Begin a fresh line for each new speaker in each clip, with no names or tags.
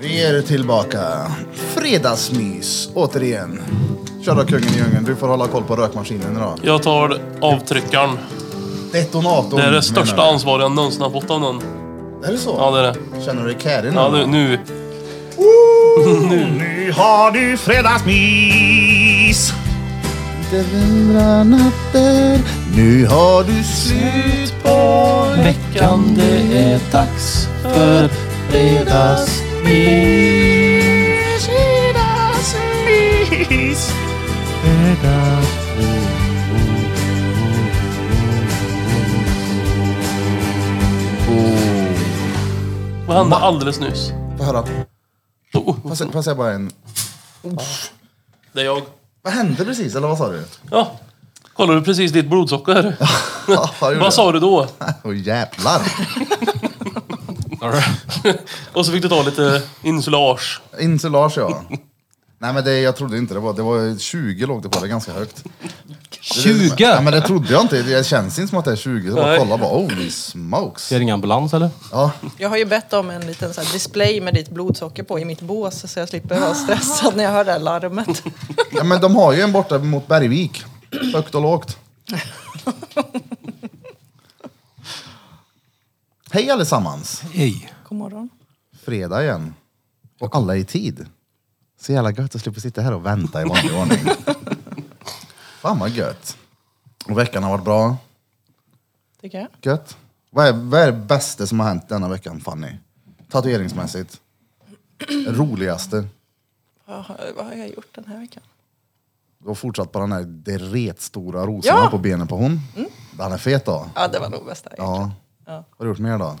Vi är tillbaka. Fredagsmys, återigen. Kör då kungen i djungeln, du får hålla koll på rökmaskinen idag.
Jag tar avtryckaren.
Detonatorn.
Det är
menar
det största
jag.
ansvar jag någonsin har fått av någon.
Är det så?
Ja, det är det.
Känner du dig carry nu?
Ja, nu. nu.
Nu har du fredagsmys!
Det vimlar natten, nu har du slut på
Veckan, det är dags för
fredagsmys.
Fredagsmys!
Vad hände alldeles nyss?
Få höra.
Oh,
Passa, passa bara en.
det är jag.
Vad hände precis, eller vad sa du?
Ja. Kollar du precis ditt blodsocker?
Ja, jag gjorde
Vad sa du då?
det. Åh jävlar.
Och så fick du ta lite insulage.
Insulage ja. Nej men det, jag trodde inte det var, det var 20 låg det på, det är ganska högt.
20?
Ja, men det trodde jag inte, det känns inte som att det är 20. Så bara
Nej.
kolla bara, holy smokes.
Ska jag ringa ambulans eller?
Ja,
Jag har ju bett om en liten så här display med ditt blodsocker på i mitt bås så jag slipper vara stressad när jag hör det här larmet.
ja, men de har ju en borta mot Bergvik. Högt och lågt. Hej allesammans.
Hej.
God morgon.
Fredag igen. Och alla är i tid. Så jävla gött att slippa sitta här och vänta i vanlig ordning. Fan vad gött. Och veckan har varit bra.
Tycker jag.
Gött. Vad är, vad är det bästa som har hänt denna veckan Fanny? Tatueringsmässigt. Roligaste.
Vad har, vad har jag gjort den här veckan?
Du har fortsatt på den här det retstora rosorna
Ja!
på benen på hon. Den är fet då.
Ja, det var nog bästa. Ja.
Ja. Vad har du gjort mer då?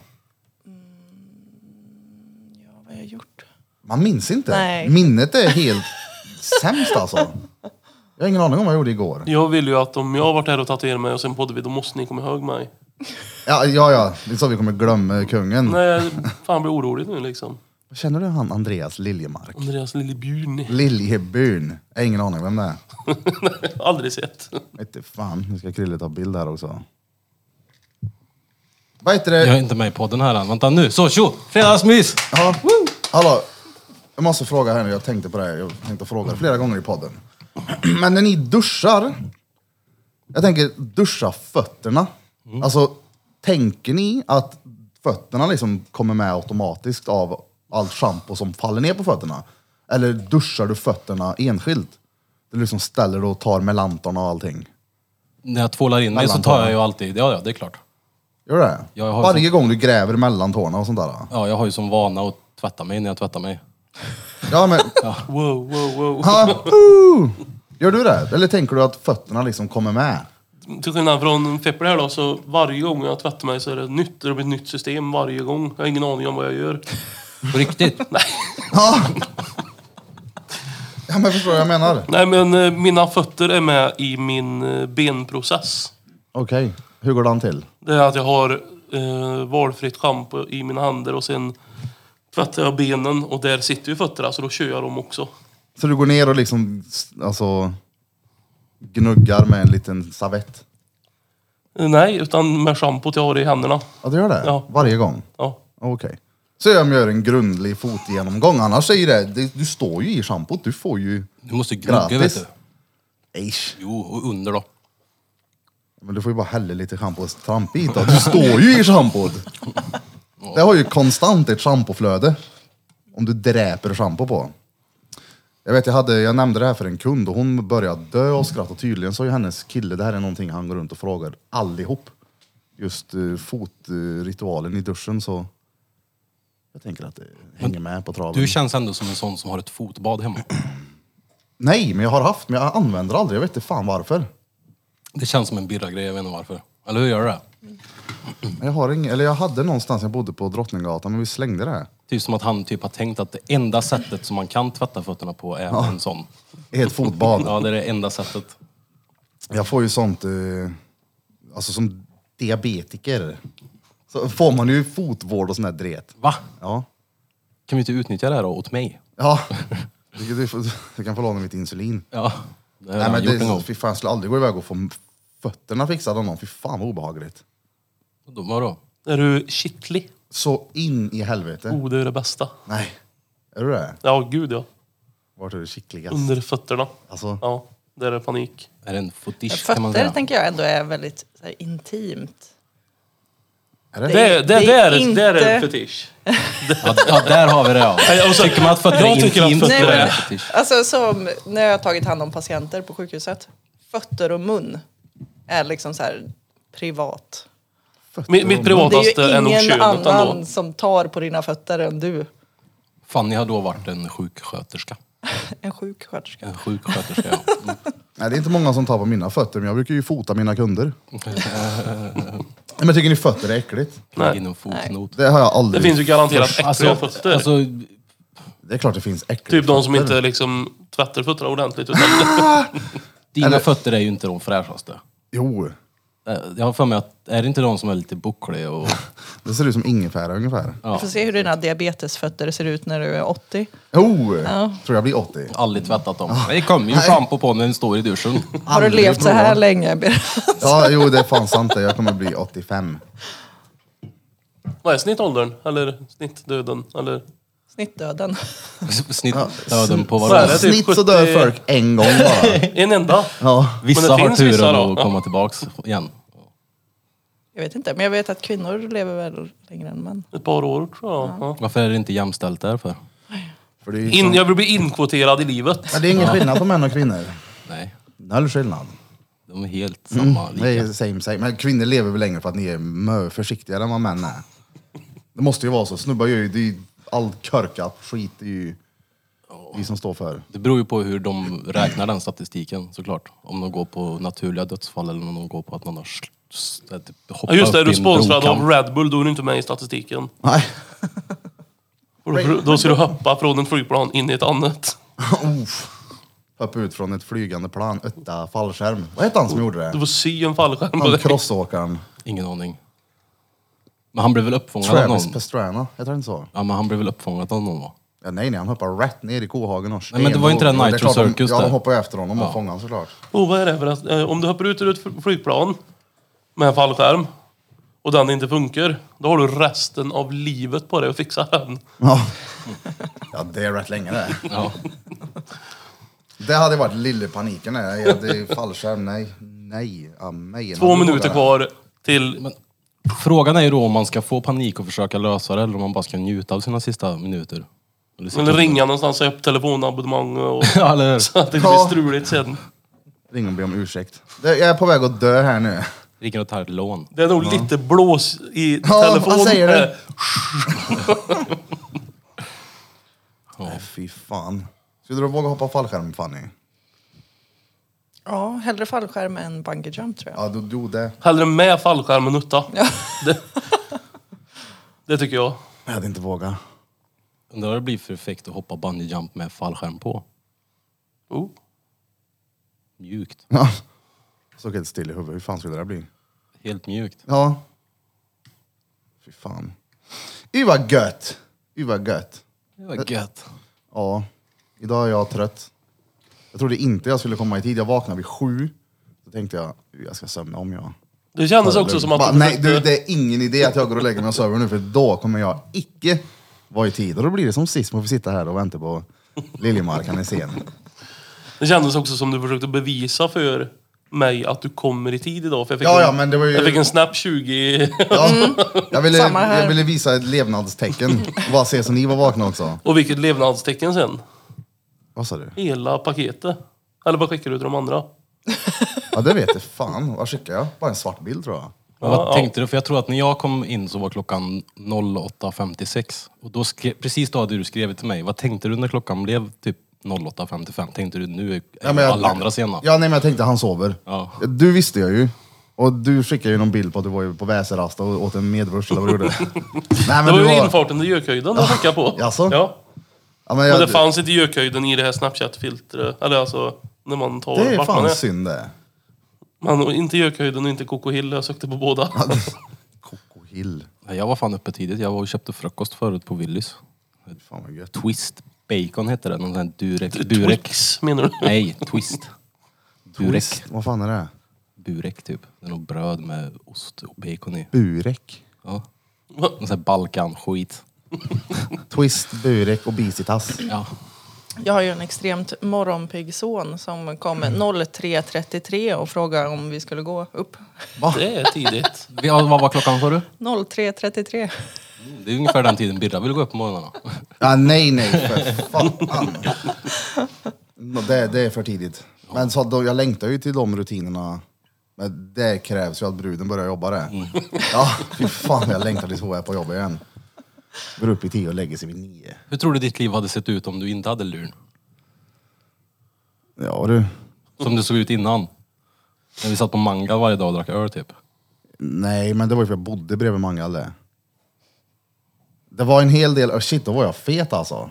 ja, vad har jag gjort?
Man minns inte.
Nej.
Minnet är helt sämst alltså. Jag har ingen aning om vad jag gjorde igår.
Jag vill ju att om jag har varit här och tatuerat mig och sen poddar vi, då måste ni komma ihåg mig.
Ja, ja, ja. Det är så vi kommer glömma kungen.
Nej, jag fan blir orolig nu liksom.
Känner du han Andreas Liljemark?
Andreas lille björn.
Liljebyn. Jag har ingen aning vem det är.
Aldrig sett.
Inte fan, nu ska Krille ta bild här också. Vad heter det?
Jag är inte med i podden här än. Vänta nu. Så tjo! Fredagsmys!
Ja. Hallå, jag måste fråga här nu. Jag tänkte på det här. Jag tänkte fråga det flera gånger i podden. Men när ni duschar, jag tänker duscha fötterna.
Mm.
Alltså, tänker ni att fötterna liksom kommer med automatiskt av allt shampoo som faller ner på fötterna? Eller duschar du fötterna enskilt? Du liksom ställer dig och tar med lamporna och allting.
När jag tvålar in mig så tar jag ju alltid... Ja, ja, det är klart.
Gör du det?
Ja, jag har
Varje gång du gräver mellan tårna och sånt där?
Ja, jag har ju som vana att tvätta mig när jag tvättar mig.
Ja, men,
Wow, wow, wow.
ha, uh. Gör du det? Eller tänker du att fötterna liksom kommer med?
Till skillnad från Fepper här då, så varje gång jag tvättar mig så är det nytt. Det blir ett nytt system varje gång. Jag har ingen aning om vad jag gör.
På riktigt.
Ja. Ja men förstår vad jag menar.
Nej men eh, mina fötter är med i min eh, benprocess.
Okej, hur går den till?
Det är att jag har eh, valfritt schampo i mina händer och sen tvättar jag benen och där sitter ju fötterna så då kör jag dem också.
Så du går ner och liksom, s- alltså, gnuggar med en liten savett?
Eh, Nej, utan med schampot jag har i händerna.
Ja du gör det?
Ja.
Varje gång?
Ja.
Okej. Så jag gör en grundlig fotgenomgång, annars är ju det, det- du står ju i schampot, du får ju...
Du måste gnugga vet
Gratis.
du.
Eish.
Jo, och under då.
Men du får ju bara hälla lite schampo och trampbit då. Du står ju i schampot! Det har ju konstant ett schampoflöde. Om du dräper schampo på. Jag vet, jag, hade, jag nämnde det här för en kund och hon började dö och skratta. Tydligen sa ju hennes kille, det här är någonting han går runt och frågar allihop. Just uh, fotritualen i duschen så... Jag tänker att det hänger med på traven.
Du känns ändå som en sån som har ett fotbad hemma.
Nej, men jag har haft, men jag använder aldrig. Jag vet inte fan varför.
Det känns som en birra-grej, jag vet inte varför. Eller hur gör du det?
Jag, har ing, eller jag hade någonstans, jag bodde på Drottninggatan, men vi slängde det. Här.
Typ som att han typ har tänkt att det enda sättet som man kan tvätta fötterna på är med en sån.
Helt fotbad.
Ja, det är det enda sättet.
Jag får ju sånt, eh, alltså som diabetiker, så får man ju fotvård och sån där dret.
Va?
Ja.
Kan vi inte utnyttja det här då, åt mig?
Ja. Du, du, får- du kan få låna mitt insulin.
Ja, det har
Nej,
jag
men
gjort
det,
en gång.
fy fan, jag skulle aldrig gå iväg och få fötterna fixade av någon. Fy fan vad obehagligt.
Då, vadå?
Är du kittlig?
Så in i helvete.
Oh, det är det bästa.
Nej. Är du det?
Ja, gud ja.
Vart är du kittligast?
Under fötterna.
Alltså,
Ja, där är det panik.
Är det en fotisch kan man
Fötter
säga?
tänker jag ändå är väldigt så här, intimt.
är det?
Det-
Det, är- det,
det är
det, är, det är en
inte-
fetisch.
Ja, d- ja, där har vi det ja.
och så-
tycker man att fötter
Jag
är
tycker att
intimt
fötter
då är
är-
det fetisch.
Alltså som när jag har tagit hand om patienter på sjukhuset. Fötter och mun är liksom så här privat.
Mitt, mitt
Det är
privataste
ju
är nog
ingen
könet
annan
ändå.
som tar på dina fötter än du.
Fanny har då varit en sjuksköterska.
En sjuksköterska.
En sjuksköterska ja. Mm.
Nej, det är inte många som tar på mina fötter, men jag brukar ju fota mina kunder. men tycker ni fötter är äckligt?
Nej.
Inom fotnot.
Det har jag aldrig...
Det finns ju garanterat äckliga
Alltså,
fötter.
alltså,
Det är klart det finns äckligt.
typ de som inte liksom tvättar fötterna ordentligt. Utan,
dina
Eller-
fötter är ju inte de fräschaste.
Jo,
Eh, Jag har för mig att, är det inte de som är lite buckliga och...
det ser ut som ingefära ungefär.
Vi får se hur dina diabetesfötter ser ut när du är 80.
Oh! Tror jag blir 80.
aldrig tvättat dem. Det kommer ju schampo på när den står i duschen.
Har du
Aldrig
levt så här
provat.
länge? Berit?
Ja, jo det är fan sant det. Jag kommer bli 85.
vad är snittåldern? Eller snittdöden? Eller?
Snittdöden.
Snitt döden på
Så är
varandra.
det typ
Snitt så dör
70
folk en gång bara.
En enda?
Ja.
Vissa
Men det
har
finns vissa
turen
då.
att komma tillbaks igen.
Jag vet inte, men jag vet att kvinnor lever väl längre än män.
Ett par år tror jag. Ja.
Varför är det inte jämställt där för?
För det är, ju
In,
som,
jag vill bli inkvoterad i livet.
ja, det är ingen skillnad på män och kvinnor.
Nej,
Noll skillnad.
de är helt
Mm.
samma. Lika.
Det är same same. Men kvinnor lever väl längre för att ni är mö försiktigare än vad män är. Det måste ju vara så. Snubbar gör ju, det är ju all körkat skit. Det är ju vi som står för.
Det beror ju på hur de räknar den statistiken såklart. Om de går på naturliga dödsfall eller om de går på att någon har sl- s- äh, typ
Ja,
hoppat
just det, är
upp i
du
en
sponsrad
brokant.
av Red Bull, då är du inte med i statistiken.
Nej.
Och då- Då ska du hoppa från ett flygplan in i ett annat.
Uff. Hoppa ut från ett flygande plan, utta fallskärm. Vad hette han som gjorde
Du
det?
får sy en fallskärm på
Han
dig.
crossåkaren.
Ingen aning. Men han blev väl uppfångad av
Travis
någon?
Pastrana, heter han inte så?
Ja men han blev väl uppfångad av någon va?
Ja, nej, nej, han hoppar rätt ner i kohagen och
Nej, men det var ju inte den
stenhårt.
Nitro
är klart de-
Circus
Ja,
där.
de hoppar ju efter honom och
Ja.
fångar honom såklart.
Oh, vad är det för att, eh, om du hoppar ut ur ett fl- flygplan med en fallskärm och den inte funkar, då har du resten av livet på dig att fixa den.
Ja. ja, det är rätt länge det.
Ja.
Det hade varit lille paniken. Nej, ja, det är fallskärm, nej. Nej, amen.
Två minuter kvar till...
Men frågan är ju då om man ska få panik och försöka lösa det eller om man bara ska njuta av sina sista minuter. sitta-
Eller ringa någonstans, säga upp telefonabonnemang och...
Ja, eller hur?
Så att det inte blir struligt sen.
Ring och be om ursäkt. Det- Jag är på väg att dö här nu.
Ringa och ta ett lån.
Det är nog lite blås i
Ja,
telefonen.
vad säger du?
Eh,
Nej, fy fan. Skulle du våga hoppa fallskärm, Fanny?
Ja, hellre fallskärm än bungee jump tror jag.
Ja, du gjorde det.
Hellre med fallskärm än utta. Det, det tycker jag.
Jag hade inte vågat.
Undrar vad det blir för effekt att hoppa bungee jump med fallskärm på.
Oh.
Mjukt.
Ja. Så helt still i huvudet. Hur fan skulle det där bli?
Helt mjukt.
Ja. Fy fan. Y vad gött. Y vad gött.
Det var gött.
Ja, idag är jag trött. Jag trodde inte jag skulle komma i tid. Jag vaknade vid sju. Då tänkte jag, jag ska sömna om jag.
Det kändes också som att...
Bara,
du
Nej du,
försökte-
det är ingen idé att jag går och lägger mig och sover nu för då kommer jag icke vara i tid. Och då blir det som sist, man får sitta här och vänta på Liljemark, han är sen.
Det kändes också som du försökte bevisa för mig att du kommer i tid idag. För jag, fick
Ja,
en,
ja, men det var ju-
jag fick en snap 20
Ja,
Mm.
jag, ville,
Samma här.
jag ville visa ett levnadstecken. Bara se så ni var vakna också.
och vilket levnadstecken sen.
Vad sa du?
Hela paketet. Eller vad skickar du till de andra?
Ja det vet jag fan. Vad skickade jag? Bara en svart bild tror jag.
Men
Ja,
vad
ja.
tänkte du? För jag tror att när jag kom in så var klockan 08.56. Och då skrev, precis då hade du skrivit till mig. Vad tänkte du när klockan blev typ 08.55? Tänkte du nu är
Ja, men jag-
alla andra sena?
Ja, nej, men jag tänkte han sover.
Ja.
Du visste jag ju. Och du skickade ju någon bild på att du var ju på väserast och åt en medvurst eller vad du gjorde. nej,
Det
men
var
du
ju
var...
infarten till gökhöjden du skickade på.
Jaså?
Ja.
Ja, men
Men
jag...
det fanns inte gökhöjden i det här snapchat-filtret. Eller alltså, när man tar
det är
vart man
fan
är.
synd det.
Men inte gökhöjden och inte Coco Hill. Jag sökte på båda.
Coco Hill.
Nej, Jag var fan uppe tidigt. Jag var och köpte frukost förut på Willys.
Fan vad gött.
Twist bacon hette det. Någon sån här durek. Burek.
Twix, menar du?
Nej, twist. Burek.
Twist. Vad fan är det?
Burek typ. Det är något bröd med ost och bacon i.
Burek.
Ja.
Va?
Någon sån här balkan-skit.
Twist, Burek och Bisitas.
Ja.
Jag har ju en extremt morgonpigg son som kom
Mm.
03.33 och frågade om vi skulle gå upp.
Det är tidigt.
Vi- ja, Vad var klockan sa du?
03.33.
Det är ungefär den tiden Birra vill gå upp på morgnarna.
Ah, nej, nej, för fan. Nå, Det, det är för tidigt. Men så, att då, jag längtar ju till de rutinerna. Men det krävs ju att bruden börjar jobba det. Ja, fy fan jag längtar tills hon är på jobbet igen. Går upp i tio och lägger sig vid nio.
Hur tror du ditt liv hade sett ut om du inte hade luren?
Ja du.
Som det såg ut innan. När vi satt på manga varje dag och drack öl typ.
Nej, men det var ju för jag bodde bredvid Mangal det. Det var en hel del, oh shit då var jag fet alltså.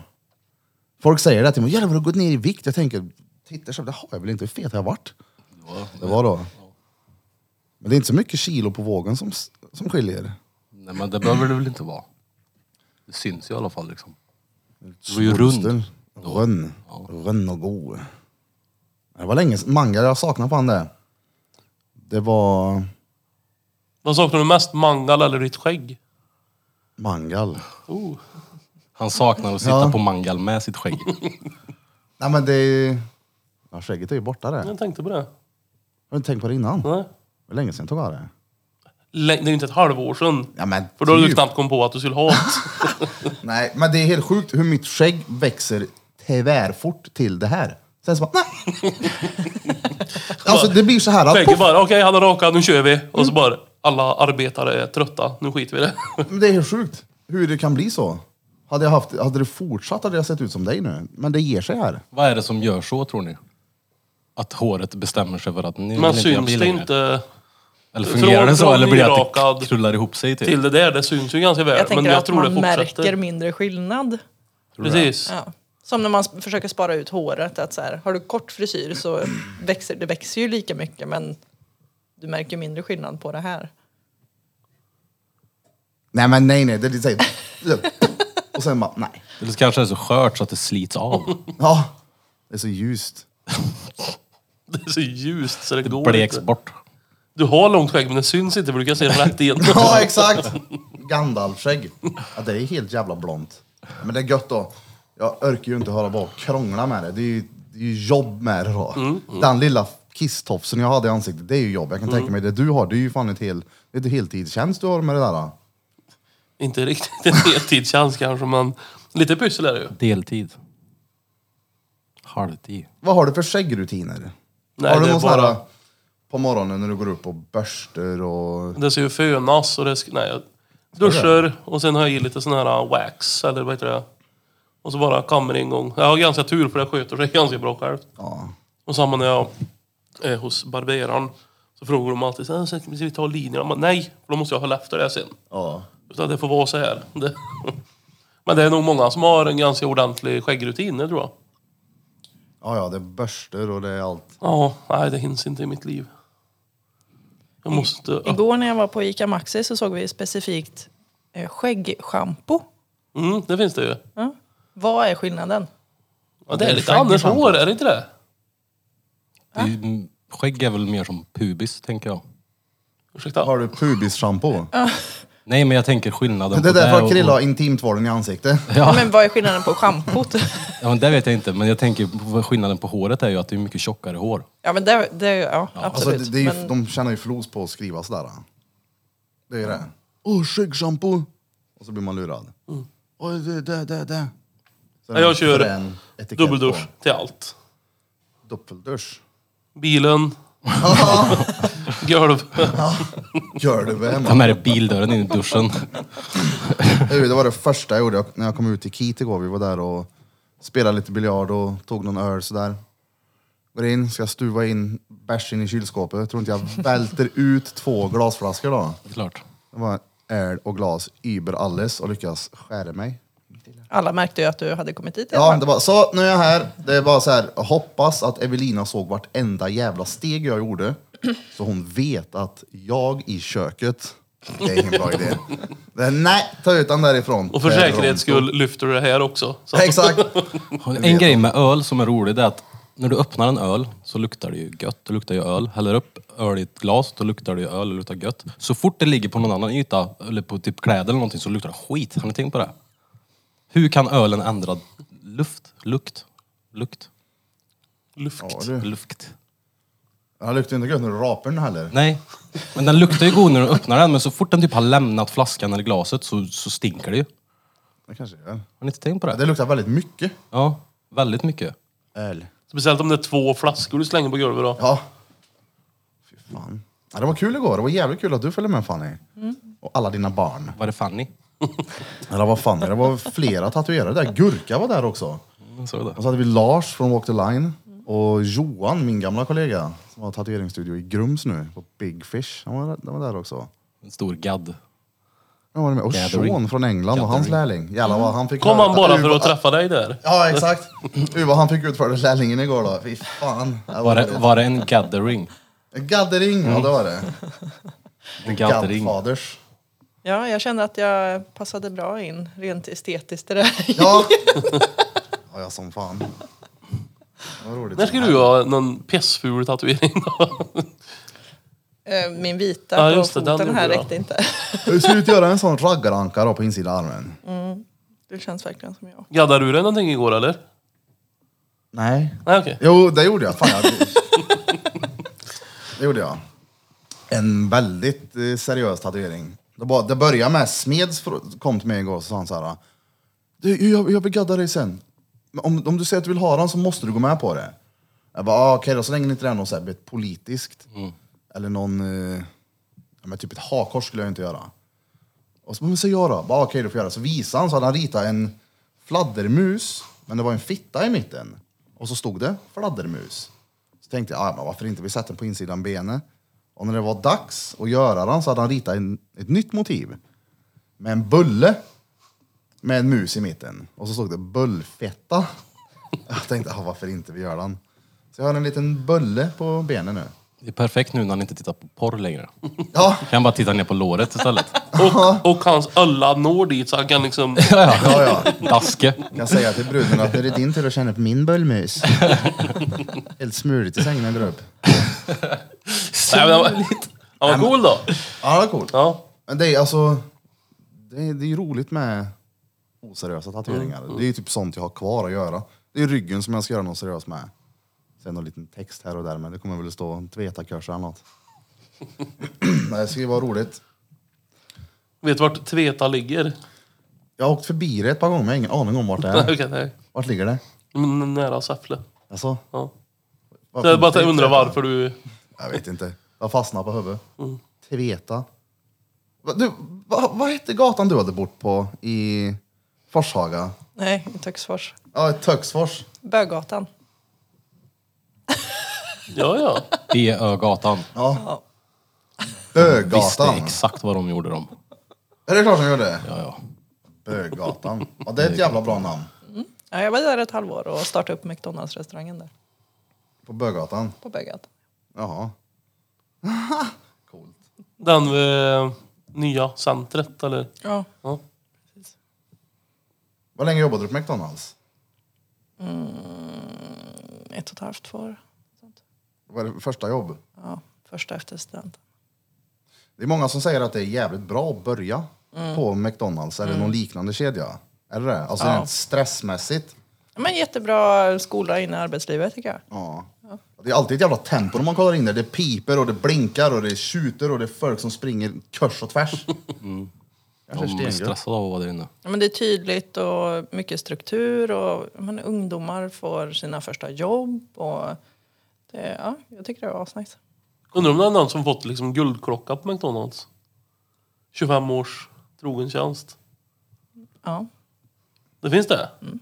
Folk säger det till mig, jävlar vad du har gått ner i vikt. Jag tänker, tittar så här, det har jag väl inte, hur fet har jag varit? Det var då. Men det är inte så mycket kilo på vågen som, som skiljer.
Nej men det behöver det väl inte vara. Det syns ju i alla fall liksom. Du var ju rund.
Rund. Rund och god. Det var länge sedan, Mangal, jag saknar fan det. Det var
Vad saknar du mest? Mangal eller ditt skägg?
Mangal.
Oh.
Han saknar att sitta
Ja.
på mangal med sitt skägg.
Nej men det är ju... Ja, skägget är ju borta det. Har
Jag tänkte på det.
du inte tänkt på det innan?
Nej.
Det var länge sedan jag tog av det.
Lä- Det är ju inte ett halvår sedan.
Ja, men
För då hade du
typ.
knappt kom på att du skulle ha ett.
Nej, men det är helt sjukt hur mitt skägg växer tvärfort till det här. Sen så bara, nej. alltså det blir så här att,
Skägget
poff,
bara, okej han har rakat, nu kör vi. Och så bara, alla arbetare är trötta, nu skiter vi i det.
det är helt sjukt hur det kan bli så. Hade, jag haft, hade det fortsatt hade jag sett ut som dig nu, men det ger sig här.
Vad är det som gör så tror ni? Att håret bestämmer sig för att nu vill
Men
inte jag
syns
bli
det
längre.
inte
Eller fungerar det så?
från
Eller blir det att det
nyrakad
krullar ihop sig typ?
till det där? Det syns ju ganska väl.
Jag tänker
men jag
att
tror
man
det fortsätter.
märker mindre skillnad.
Precis.
Ja. Som när man s- försöker spara ut håret. Att så här, har du kort frisyr så växer det växer ju lika mycket men du märker mindre skillnad på det här.
Nej men nej nej, det är lite såhär, och sen bara, nej.
Eller så kanske det är så skört så att det slits av.
Ja, det är så ljust.
Det är så ljust så det, går
Bleks
inte.
bort.
Du har långt skägg men det syns inte för du kan se rätt igenom.
Ja exakt, Gandalf-skägg. Ja, det är helt jävla blont. Men det är gött då. Jag orkar ju inte höra bara krångla med det. Det är ju, det är ju jobb med det då.
Mm,
Den lilla kisstofsen jag hade i ansiktet, det är ju jobb. Jag kan
Mm.
tänka mig det du har, det är ju fan ett, hel, det är ett heltidstjänst du har med det där. Då.
inte riktigt en heltidschans kanske men lite pyssel är det ju.
Deltid. Halvtid.
Vad har du för skäggrutiner?
Nej,
har du
det är
någon sån här
bara-
på morgonen när du går upp och börstar och...
Det ska ju fönas och det ska, nej, jag duschar och sen har jag i lite sån här uh, wax eller vad heter det? Och så bara kammer en gång. Jag har ganska tur för det sköter sig ganska bra själv.
Ja.
Och samma när jag är hos barberaren så frågar de alltid så här, ska vi ta linjerna? Men nej, för då måste jag hålla efter det sen.
ja.
Utan det får vara så här. Det. Men det är nog många som har en ganska ordentlig skäggrutin, det tror jag.
Ja, ja, det är börstar och det är allt.
Ja, nej det hinns inte i mitt liv. Jag måste...
Igår när jag var på ICA Maxi så såg vi specifikt eh, skäggschampo.
Mm, det finns det ju.
Ja. Vad är skillnaden?
Ja, det är lite
skägg i
Anders
svampen.
hår, är det inte det?
Det är ju- mm, Skägg är väl mer som pubis tänker jag.
Ursäkta?
Har du pubis-shampoo?
Nej men jag tänker skillnaden
Det är
på
därför
och-
Krille har intimtvården i ansiktet.
Ja.
Men vad är skillnaden på schampot?
Ja, men det vet jag inte, men jag tänker på vad skillnaden på håret är ju att det är mycket tjockare hår.
ja men det, det ja, absolut.
Alltså, det, det är ju,
men,
De tjänar ju flos på att skriva sådär. Det är ju det. Åh, skäggschampo! Och så blir man lurad. Oj, det, det, det, det. Sen
Ja, jag
en
kör
frän etikett
Dubbeldusch
på.
till allt.
Dubbeldusch?
Bilen, golv.
Gör du väl
Ta
man?
med dig bildörren in i duschen.
Du, Det var det första jag gjorde Jag- när jag kom ut till Kit igår. Vi var där och spelade lite biljard och tog någon öl sådär. Går in, ska stuva in bärs in i kylskåpet. Jag tror inte jag välter ut två glasflaskor då.
Klart.
Det var öl och glas über alles och lyckas skära mig.
alla märkte ju att du hade kommit hit i alla
Ja,
fall.
det var, så nu är jag här. Det är bara så här, jag hoppas att Evelina såg vartenda jävla steg jag gjorde. Så hon vet att jag i köket, det är ingen bra idé. Det är, nej, ta ut den därifrån.
Och för
Det är
säkerhets
Ronto.
skull lyfter du det här också. Så att,
Exakt.
En grej med öl som är rolig det är att när du öppnar en öl så luktar det ju gött, det luktar ju öl. Häller upp öl i ett glas, då luktar det ju öl, det luktar gött. Så fort det ligger på någon annan yta, eller på typ kläder eller någonting, så luktar det skit. Har ni tänkt på det? Hur kan ölen ändra luft? Lukt? Lukt?
Luft.
Ja, du.
Lukt?
Den luktar inte gött när du rapar den heller.
Nej. Men den luktar ju god när du öppnar den, men så fort den typ har lämnat flaskan eller glaset så, så stinker det ju.
Det kanske det gör.
Har ni inte tänkt på
Ja,
det?
Det luktar väldigt mycket
Ja, väldigt mycket.
öl.
Speciellt om det är två flaskor du slänger på golvet då.
Ja. Fy fan. Ja, det var kul igår. Det var jävligt kul att du följde med Fanny. Och alla dina barn.
Var det Fanny?
Eller vad fan är det? Det var flera tatuerare där. Gurka var där också.
Jag såg det.
Och så hade vi Lars från Walk the Line. Och Johan, min gamla kollega, som har tatueringsstudio i Grums nu, på Big Fish. Han var, han var där också.
En stor gadd.
Han var med. Och
Gathering.
Sean från England och hans lärling. Jävlar vad han fick
Kom
höra-
han bara
Uva-
för att träffa dig där?
Ja, exakt. Uva, vad han fick ut för lärlingen igår då. Fy fan.
Var det, var det en gathering?
Gathering, ja det var det.
En gathering.
Godfathers.
Ja, jag kände att jag passade bra in rent estetiskt i det här.
Ja. ja, ja som fan. Vad roligt.
När ska du ha någon pissful tatuering då?
Eh, Min vita
Ja,
på
just det, den
foten här
gjorde jag.
räckte inte.
Jag ser ut att göra en sån raggaranka då på insidan av armen.
Du känns verkligen som jag.
Gaddade du dig någonting igår eller?
Nej.
Nej okej.
Jo, det gjorde jag. Fan, jag... det gjorde jag. En väldigt eh, seriös tatuering. Det, bara, det började med, Smeds fr- kom till mig igår och sa han så här. Du, jag, jag begaddar dig sen. Men Om, om du säger att du vill ha den så måste du gå med på det. Jag bara, ah, okej då, så länge det inte är något så här, vet, politiskt. Eller någon, eh, ja, men typ ett hakkors skulle jag inte göra. Och så, men så jag då? Bara, okej då får jag göra det. Så visade han så hade han ritat en fladdermus, men det var en fitta i mitten. Och så stod det fladdermus. Så tänkte jag, ah, men varför inte? Vi sätter den på insidan benet. Och när det var dags att göra den så hade han ritat en, ett nytt motiv. Med en bulle med en mus i mitten. Och så stod det bullfetta. Jag tänkte, ah, varför inte? Vi gör den. Så jag har en liten bulle på benen nu.
Det är perfekt nu när han inte tittar på porr längre.
Ja,
Kan bara titta ner på låret istället.
Och, och hans ölla når dit så han kan liksom...
ja, ja.
Daske.
Jag kan säga till bruden att nu är det din tur att känna på min bullmus. Helt smuligt i sängen när du går upp.
Nej, men han var, han var cool då.
Ja, det är coolt.
Ja.
Men det är alltså... Det är, det är ju roligt med oseriösa tatueringar.
Mm.
Det är ju typ sånt jag har kvar att göra. Det är ryggen som jag ska göra något seriöst med. Sen någon liten text här och där, men det kommer väl att stå en tvetakurs eller något. Nej, det ska ju vara roligt.
Vet du vart Tveta ligger?
Jag har åkt förbi det ett par gånger, men jag har ingen aning om vart det är.
Nej, okej, nej.
Vart ligger det?
Mm, Nära Säffle.
Alltså,
Ja.
vad
Så jag bara
finns det?
undrar varför du...
Jag vet inte. Jag fastnade på huvudet. Tveta. Va, du, va, vad hette gatan du hade bott på i Forshaga?
Nej, i Töcksfors.
Ja, Töcksfors.
Bögatan.
Ja, ja.
Ö-gatan.
Ja.
Visste
Böggatan.
exakt vad de gjorde de.
Är det klart som gjorde det?
Ja, ja.
Böggatan. Ja, det är ett jävla bra namn.
Ja, jag var där ett halvår och startade upp McDonalds-restaurangen där.
På Böggatan.
På Bögatan.
Jaha.
Den eh, nya centret eller?
Ja.
Ja.
Vad länge jobbade du på McDonalds?
Ett och ett halvt, två år. Sånt.
Vad är det första jobb?
Ja, första efter studenten.
Det är många som säger att det är jävligt bra att börja på McDonalds eller någon liknande kedja. Är det det? Alltså
Ja.
rent stressmässigt.
Ja, Men jättebra skola in i arbetslivet tycker jag.
Ja. Det är alltid ett jävla tempo när man kollar in där. Det piper och det blinkar och det tjuter och det är folk som springer kors och tvärs. Kanske
De är
stengött.
stressade av att vara där inne.
Ja, Men det är tydligt och mycket struktur och ja, men, ungdomar får sina första jobb. Och det, ja, jag tycker det var asnice.
Undrar om det är någon som fått liksom guldklocka på McDonalds? 25 års trogen tjänst.
Ja,
Det finns det?
Mm.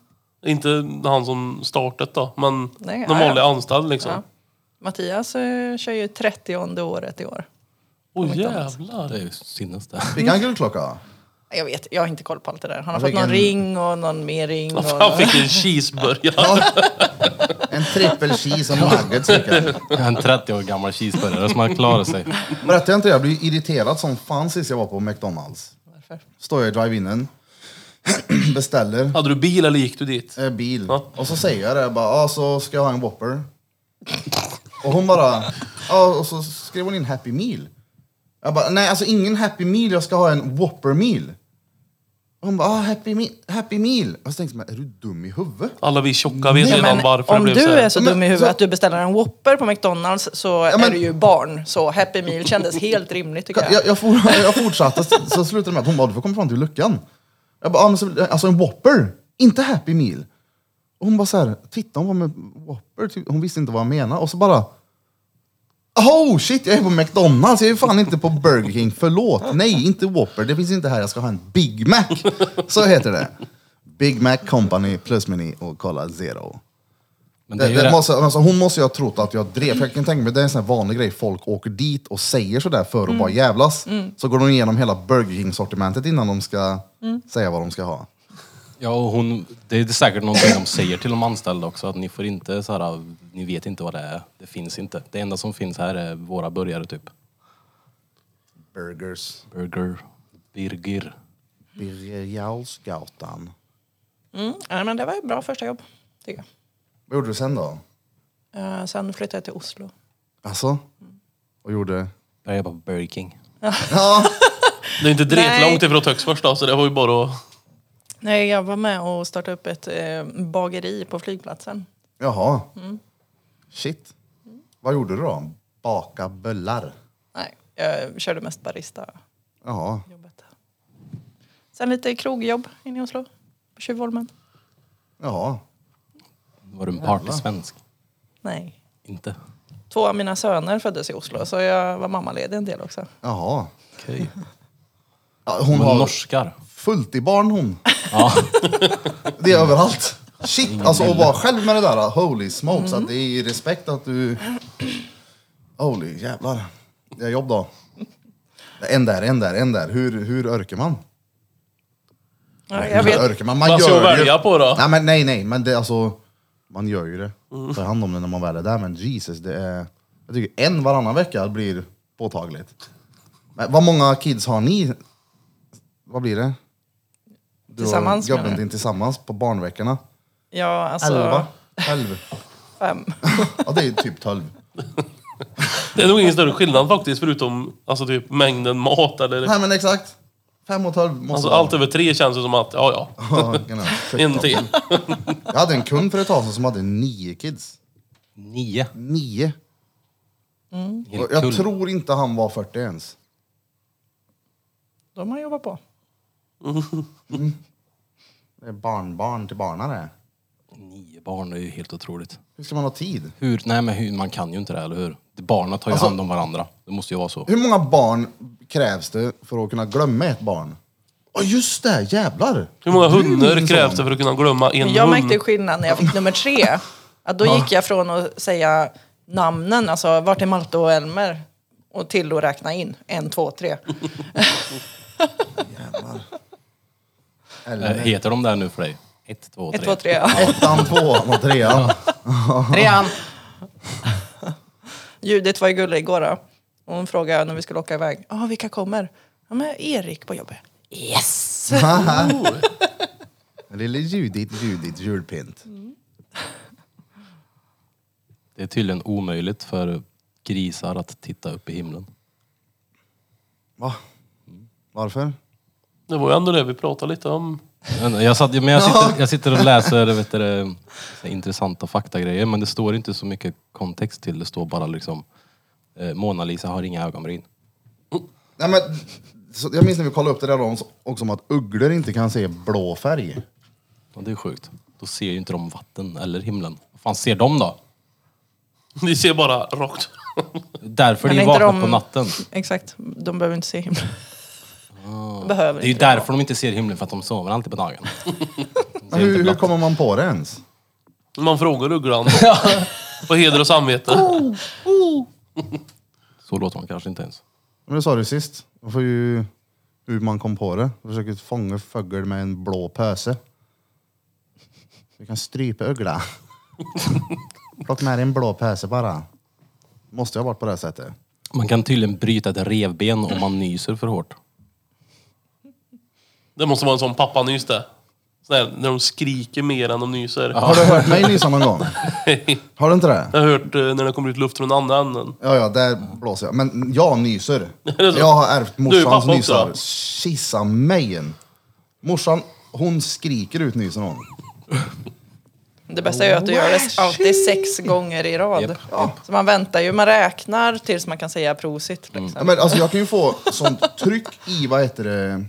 Inte han som startat då, men
Nej,
någon
ja, ja.
vanlig anställd liksom.
ja. Mattias eh, kör ju 30 året i år.
Åh
McDonald's.
jävlar!
Det är ju sinnes det.
Fick han guldklocka?
Jag vet, jag har inte koll på allt det där. Han har
Jag
fått
fick
någon
en-
ring och någon mer ring. Och
Han fick en cheeseburgare.
En trippel cheese och nuggets fick han.
En 30 år gammal cheeseburgare som har klarat sig.
Berättade jag inte det? Jag blev irriterad som fan sist jag var på McDonalds.
Varför?
Står jag i drive-inen, beställer
Hade du bil eller gick du dit?
eh, bil
Ja.
och så säger jag det. Jag bara, ah, så ska jag ha en Whopper. Och hon bara, ah, och så skrev hon in Happy Meal. Jag bara, nej alltså ingen Happy Meal, jag ska ha en Whopper Meal. Och hon bara, ah, happy, me- happy meal. Och så tänkte jag, är du dum i huvudet?
Alla vi tjocka vet
Nej,
redan
men
varför det
om
blev
du
så här.
är så
Men-
dum i huvudet
så-
att du beställer en Whopper på McDonalds så är
men-
du ju barn. Så Happy Meal kändes helt rimligt tycker jag.
Jag, jag, for, jag fortsatte, så- så slutade det med att hon bara, du får komma fram till luckan. Jag bara, ah, men så, alltså en Whopper, inte Happy Meal. Och hon bara så här, titta hon var med Whopper, typ. hon visste inte vad jag menade. Och så bara, oh shit, jag är på McDonalds, jag är fan inte på Burger King, förlåt. Nej, inte Whopper, det finns inte här, jag ska ha en Big Mac. Så heter det. Big Mac Company plus meny och kolla zero.
Men det
Det,
är ju
det
det.
måste, alltså hon måste ju ha trott att jag drev. För jag kan tänka mig, det är en sån här vanlig grej. Folk åker dit och säger sådär för att
Mm.
bara jävlas. Så går de igenom hela Burger King-sortimentet innan de ska
Mm.
säga vad de ska ha.
Ja, och hon, det är säkert någonting de säger till de anställda också, att ni får inte så här, ni vet inte vad det är. Det finns inte. Det enda som finns här är våra burgare typ.
Burgers.
Burger, Birger.
Birger Jarlsgatan.
Mm. Ja, men det var ett bra första jobb. Tycker jag.
Vad gjorde du sen då?
Eh, sen flyttade jag till Oslo.
Alltså? Vad gjorde...
Började på Burger King.
Ja,
Det är inte direkt
Nej.
långt ifrån Töcksfors då, så det var ju bara att...
Nej, jag var med och startade upp ett eh, bageri på flygplatsen.
jaha.
Mm.
Shit. Vad gjorde du då? Baka bullar.
Nej, jag körde mest barista-jobbet.
Jaha.
Sen lite krogjobb inne i Oslo, på Tjuvholmen.
Jaha.
Var du en partysvensk?
Nej.
Inte?
Två av mina söner föddes i Oslo, så jag var mammaledig en del också.
Jaha.
Okej.
Ja, hon
Men
har
norskar?
fullt i barn hon.
Ja.
Det är överallt. Shit, alltså att vara själv med det där, holy smokes. Att det är i respekt att du... Holy jävlar. Det är jobb då. En där, en där, en där. Hur, hur örker man?
Ja, jag
hur
vet.
örker man? man
Vad ska
gör
jag
ju-
välja på då?
Nej, men, nej, nej, men det är alltså... Man gör ju det. Tar hand om det när man väl är där. Men Jesus, det är... Jag tycker en varannan vecka blir påtagligt. Men vad många kids har ni? Vad blir det? Du och
Tillsammans, menar
Gubben
du?
din tillsammans på barnveckorna?
Ja, alltså...
Elva? Tolv?
Fem.
Ja, det är typ tolv.
Det är nog ingen större skillnad faktiskt, förutom alltså, typ mängden mat eller...
Nej men exakt. Fem och tolv måste
Alltså
vara.
allt över tre känns det som att, ja ja,
Ja, genau.
en till.
Jag hade en kund för ett tag sedan som hade nio kids.
Nio.
Nio.
Helt
Och jag
kul.
tror inte han var 40 ens.
De har jobbat på.
Det är Eh, barnbarn till barnare.
Nio barn, det är ju helt otroligt.
Hur ska man ha tid?
Hur, nej men hur, man kan ju inte det, eller hur? Barnen
Alltså-
tar ju hand om varandra. Det måste ju vara så.
Hur många barn krävs det för att kunna glömma ett barn? Ja just det, jävlar!
Hur många
Du är
hundar
min
Mm.
krävs det
sån.
för att kunna glömma en
Jag
hund?
märkte skillnad när jag fick nummer tre. Att då gick jag från att säga namnen, alltså vart är Malte och Elmer? Och till att räkna in. En, två, tre.
Eh,
Eller
Heter de där nu för dig? Ett, två, tre.
Ett, två, tre. Ja.
ettan, tvåan och trean.
Trean! Judith var ju gullig igår då. Och Hon frågade när vi skulle åka iväg. Ja, vilka kommer? Ja, men Erik på jobbet. Yes!
Lille Judith, Judith, julpynt.
Det är tydligen omöjligt för grisar att titta upp i himlen.
Va? Varför?
Det var ju ändå det vi pratade lite om.
Men Jag, satt, men jag, sitter, jag sitter och läser vet du, det, så här intressanta faktagrejer men det står inte så mycket kontext till. Det står bara liksom eh, Mona Lisa har inga ögonbryn.
Nej, men, så, jag minns när vi kollade upp det där om, också om att ugglor inte kan se blå färg.
Och det är sjukt. Då ser ju inte de vatten eller himlen. Vad fan ser de då?
Ni ser bara rakt.
Därför
Men
de
inte
vaknar
de-
på natten.
Exakt, de behöver inte se himlen. De behöver
Ah. Det är ju
inte det.
därför de inte ser himlen, för att de sover alltid på dagen. De ser
Men hur,
inte
hur
blått.
kommer man på det ens?
Man frågar ugglan. På heder och samvete.
Så låter de kanske inte ens.
Men det sa du sist. Man får ju hur man kom på det. Jag försöker fånga fågel med en blå pöse. Vi kan strypa uggla. Plocka med dig en blå pöse bara. Måste jag ha varit på det här sättet?
Man kan tydligen bryta ett revben om man nyser för hårt.
Det måste vara en sån pappanys det. Sån där, när de skriker mer än de nyser.
Har du hört mig nysa någon gång? Har du inte det?
Jag har hört eh, när det kommer ut luft från andra änden.
Ja, ja, där blåser jag. Men jag nyser.
det så?
Jag har ärvt
Du är pappa
morsans
också,
nysar.
va?
Kissa mejen. Morsan, hon skriker ut nysen hon.
Det bästa är ju att du gör det alltid sex gånger i rad.
Japp,
Så man väntar ju, man räknar tills man kan säga prosit.
Mm.
Liksom.
Ja, men alltså jag kan ju få sånt tryck i, vad heter det,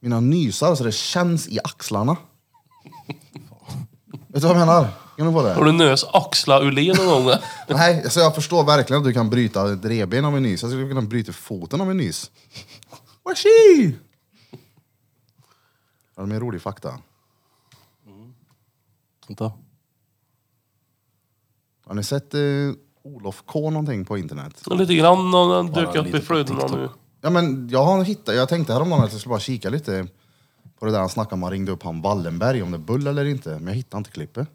mina nysar så det känns i axlarna. Vet du vad jag menar? Kan du få
Har
det?
du nös axla Ulén någon gång?
Nej, alltså jag förstår verkligen att du kan bryta ett revben av en nys. Jag skulle kunna bryta foten av en nys. Washi! Har du mer rolig fakta?
Vänta.
Har ni sett eh, Olof K någonting på internet?
Lite grann har den dök
Bara
upp
lite
i
på
flödena
TikTok.
nu.
Ja men jag har hittat, jag tänkte häromdagen att jag skulle bara kika lite på det där han snackade om, han ringde upp han Wallenberg om det är bull eller inte. Men jag hittade inte klippet.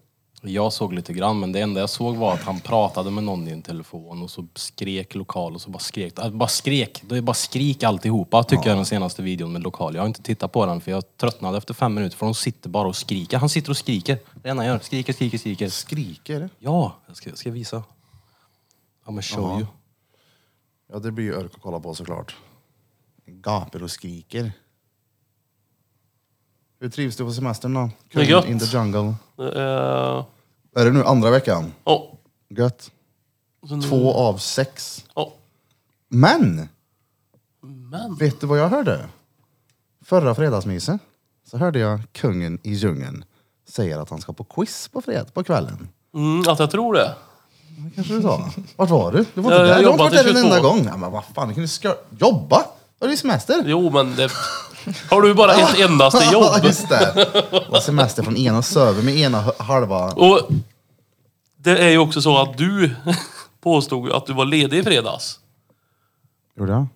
Jag såg lite grann, men det enda jag såg var att han pratade med någon i en telefon och så skrek lokal och så bara skrek. Äh, Bara skrek. Det är bara skrik alltihopa tycker jag är den senaste videon med lokal. Jag har inte tittat på den för jag tröttnade efter fem minuter för de sitter bara och skriker. Han sitter och skriker. Det enda han gör. Skriker, skriker, skriker.
Skriker?
Ja, jag ska, jag ska visa. I'm gonna show you.
Ja det blir ju örk att kolla på såklart. Gaper och skriker. Hur trivs du på semestern då?
Det är
Kung in
gött.
the jungle.
Det är-
Är det nu andra veckan?
Ja.
Gött.
Så nu-
Två av sex.
ja.
Men!
Men.
Vet du vad jag hörde? Förra fredagsmyset så hörde jag kungen i djungeln säga att han ska på quiz på fred på kvällen.
Mm, att jag tror det.
kanske du sa. Vart var du? Du var
Jag-
inte
jag
där. Du har inte varit
jobbade
där en
22.
enda gång. Ja, men vad fan, du kunde skö- jobba? Har du semester?
Jo, men det... Har du bara ett endaste
Ja,
Alltså, jobb?
just det. Och semester från ena server med ena h- halva.
Och det är ju också så att du påstod att du var ledig i fredags.
Gjorde jag?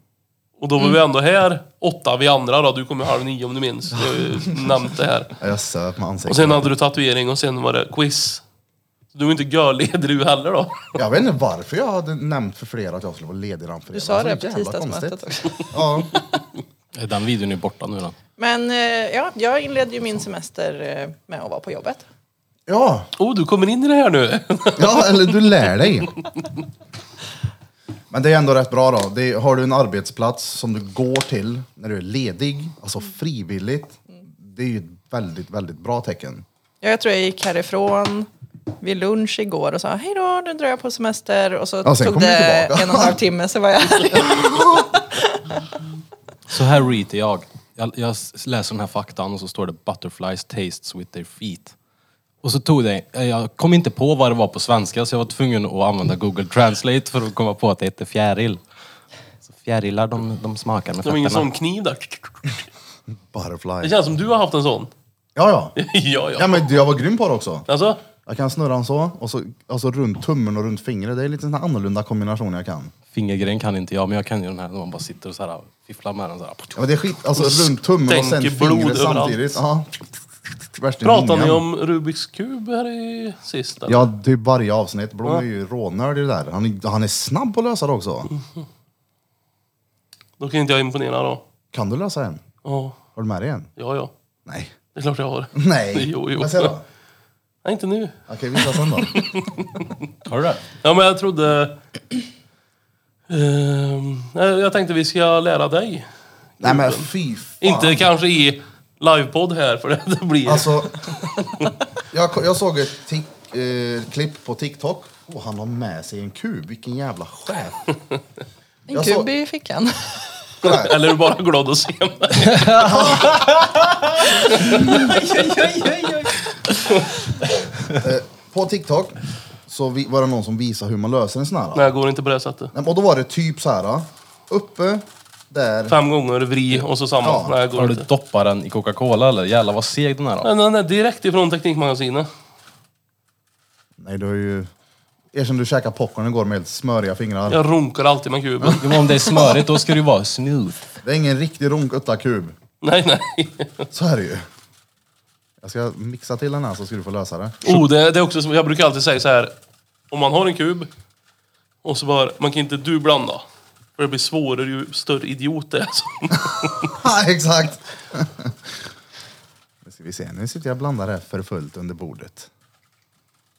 Och då var
Mm.
vi ändå här, åtta vi andra då. Du kom ju halv nio om du minns. Jag har ju nämnt det här.
Ja, jag söp med ansiktet.
Och sen hade du tatuering och sen var det quiz. Så du var inte görledig du heller då.
Jag vet inte varför jag hade nämnt för flera att jag skulle vara ledig den fredagen.
Du sa
var
det
så
på
Alltså, jävla
tisdagsmötet
konstigt.
också.
Ja.
Den videon är borta nu då.
Men eh, ja, jag inledde ju min semester eh, med att vara på jobbet.
ja,
Oh, du kommer in i det här nu.
Ja, eller du lär dig. Men det är ändå rätt bra då. Det är, har du en arbetsplats som du går till när du är ledig, alltså frivilligt. Det är ju ett väldigt, väldigt bra tecken.
Ja, jag tror jag gick härifrån vid lunch igår och sa hej då, nu drar jag på semester. Och så
Ja, sen
tog
kom du
det
tillbaka.
en och en halv timme så var jag här.
Så här reader jag. jag. Jag läser den här faktan och så står det Butterflies tastes with their feet. Och så tog det, eh, jag kom inte på vad det var på svenska så jag var tvungen att använda Google Translate för att komma på att det heter fjäril. Så fjärilar de, de smakar med
Det var ingen
fötterna.
sån kniv där. Det
Butterfly.
känns som du har haft en sån.
Ja, ja.
ja,
Ja,
ja.
men jag var grym på det också.
Alltså,
Jag kan snurra den så, och så alltså runt tummen och runt fingret. Det är lite såna annorlunda kombinationer jag kan.
Fingergren kan inte jag men jag kan ju den här när man bara sitter och så här, ah, fifflar med den så här.
Ja, men det är skit, alltså runt tummen och sen
Stänker blod
fingret
överallt.
samtidigt. Ja. Värst i
pratade ni
lungan.
om Rubiks kub här i sist? eller?
Ja, typ varje avsnitt. Blom är ju rånörd i det där. Han är, han är snabb på att lösa det också.
Då kan inte jag imponera då.
Kan du lösa en?
Ja,
Har du med dig en?
ja, ja.
Nej.
Det är klart jag har.
Nej.
Jo, jo.
Men se då.
Nej, inte nu.
Okej, visa sen då.
Har du det?
Ja, men jag trodde... Ehm, jag jag tänkte vi ska lära dig.
Nej men fy fan.
Inte kanske i livepodd här, för det, det blir...
Alltså, jag, jag såg ett tik, eh, klipp på TikTok. Åh, han har med sig en kub. Vilken jävla chef.
En
Jag såg-
kub i fickan.
Kolla här.
Eller är du bara glad att se mig?
På TikTok så vi, var det någon som visade hur man löser en sån här.
Nej, jag går inte på det sättet.
Nej, Och då var det typ så här. Uppe, där.
Fem gånger vri och så samma.
Ja,
Nej, jag går
Har du
inte.
doppat den i Coca-Cola eller? Jävlar vad seg den här då.
Nej, nej, nej, direkt ifrån Teknikmagasinet.
Nej, du har ju... Erkänn du käkade popcorn igår med helt smöriga fingrar.
Jag runkar alltid med kuben.
Jo, men om det är smörigt då ska det ju vara smooth.
Det är ingen riktig runkutta-kub.
nej, nej.
Så är det ju. Jag ska mixa till den här så ska du få lösa det.
Oh, det, det är också som, jag brukar alltid säga så här. Om man har en kub och så bara, man kan inte du blanda. För det blir svårare ju större idiot det är. som-
Ja, exakt! Nu ska vi se, nu sitter jag och blandar det här för fullt under bordet.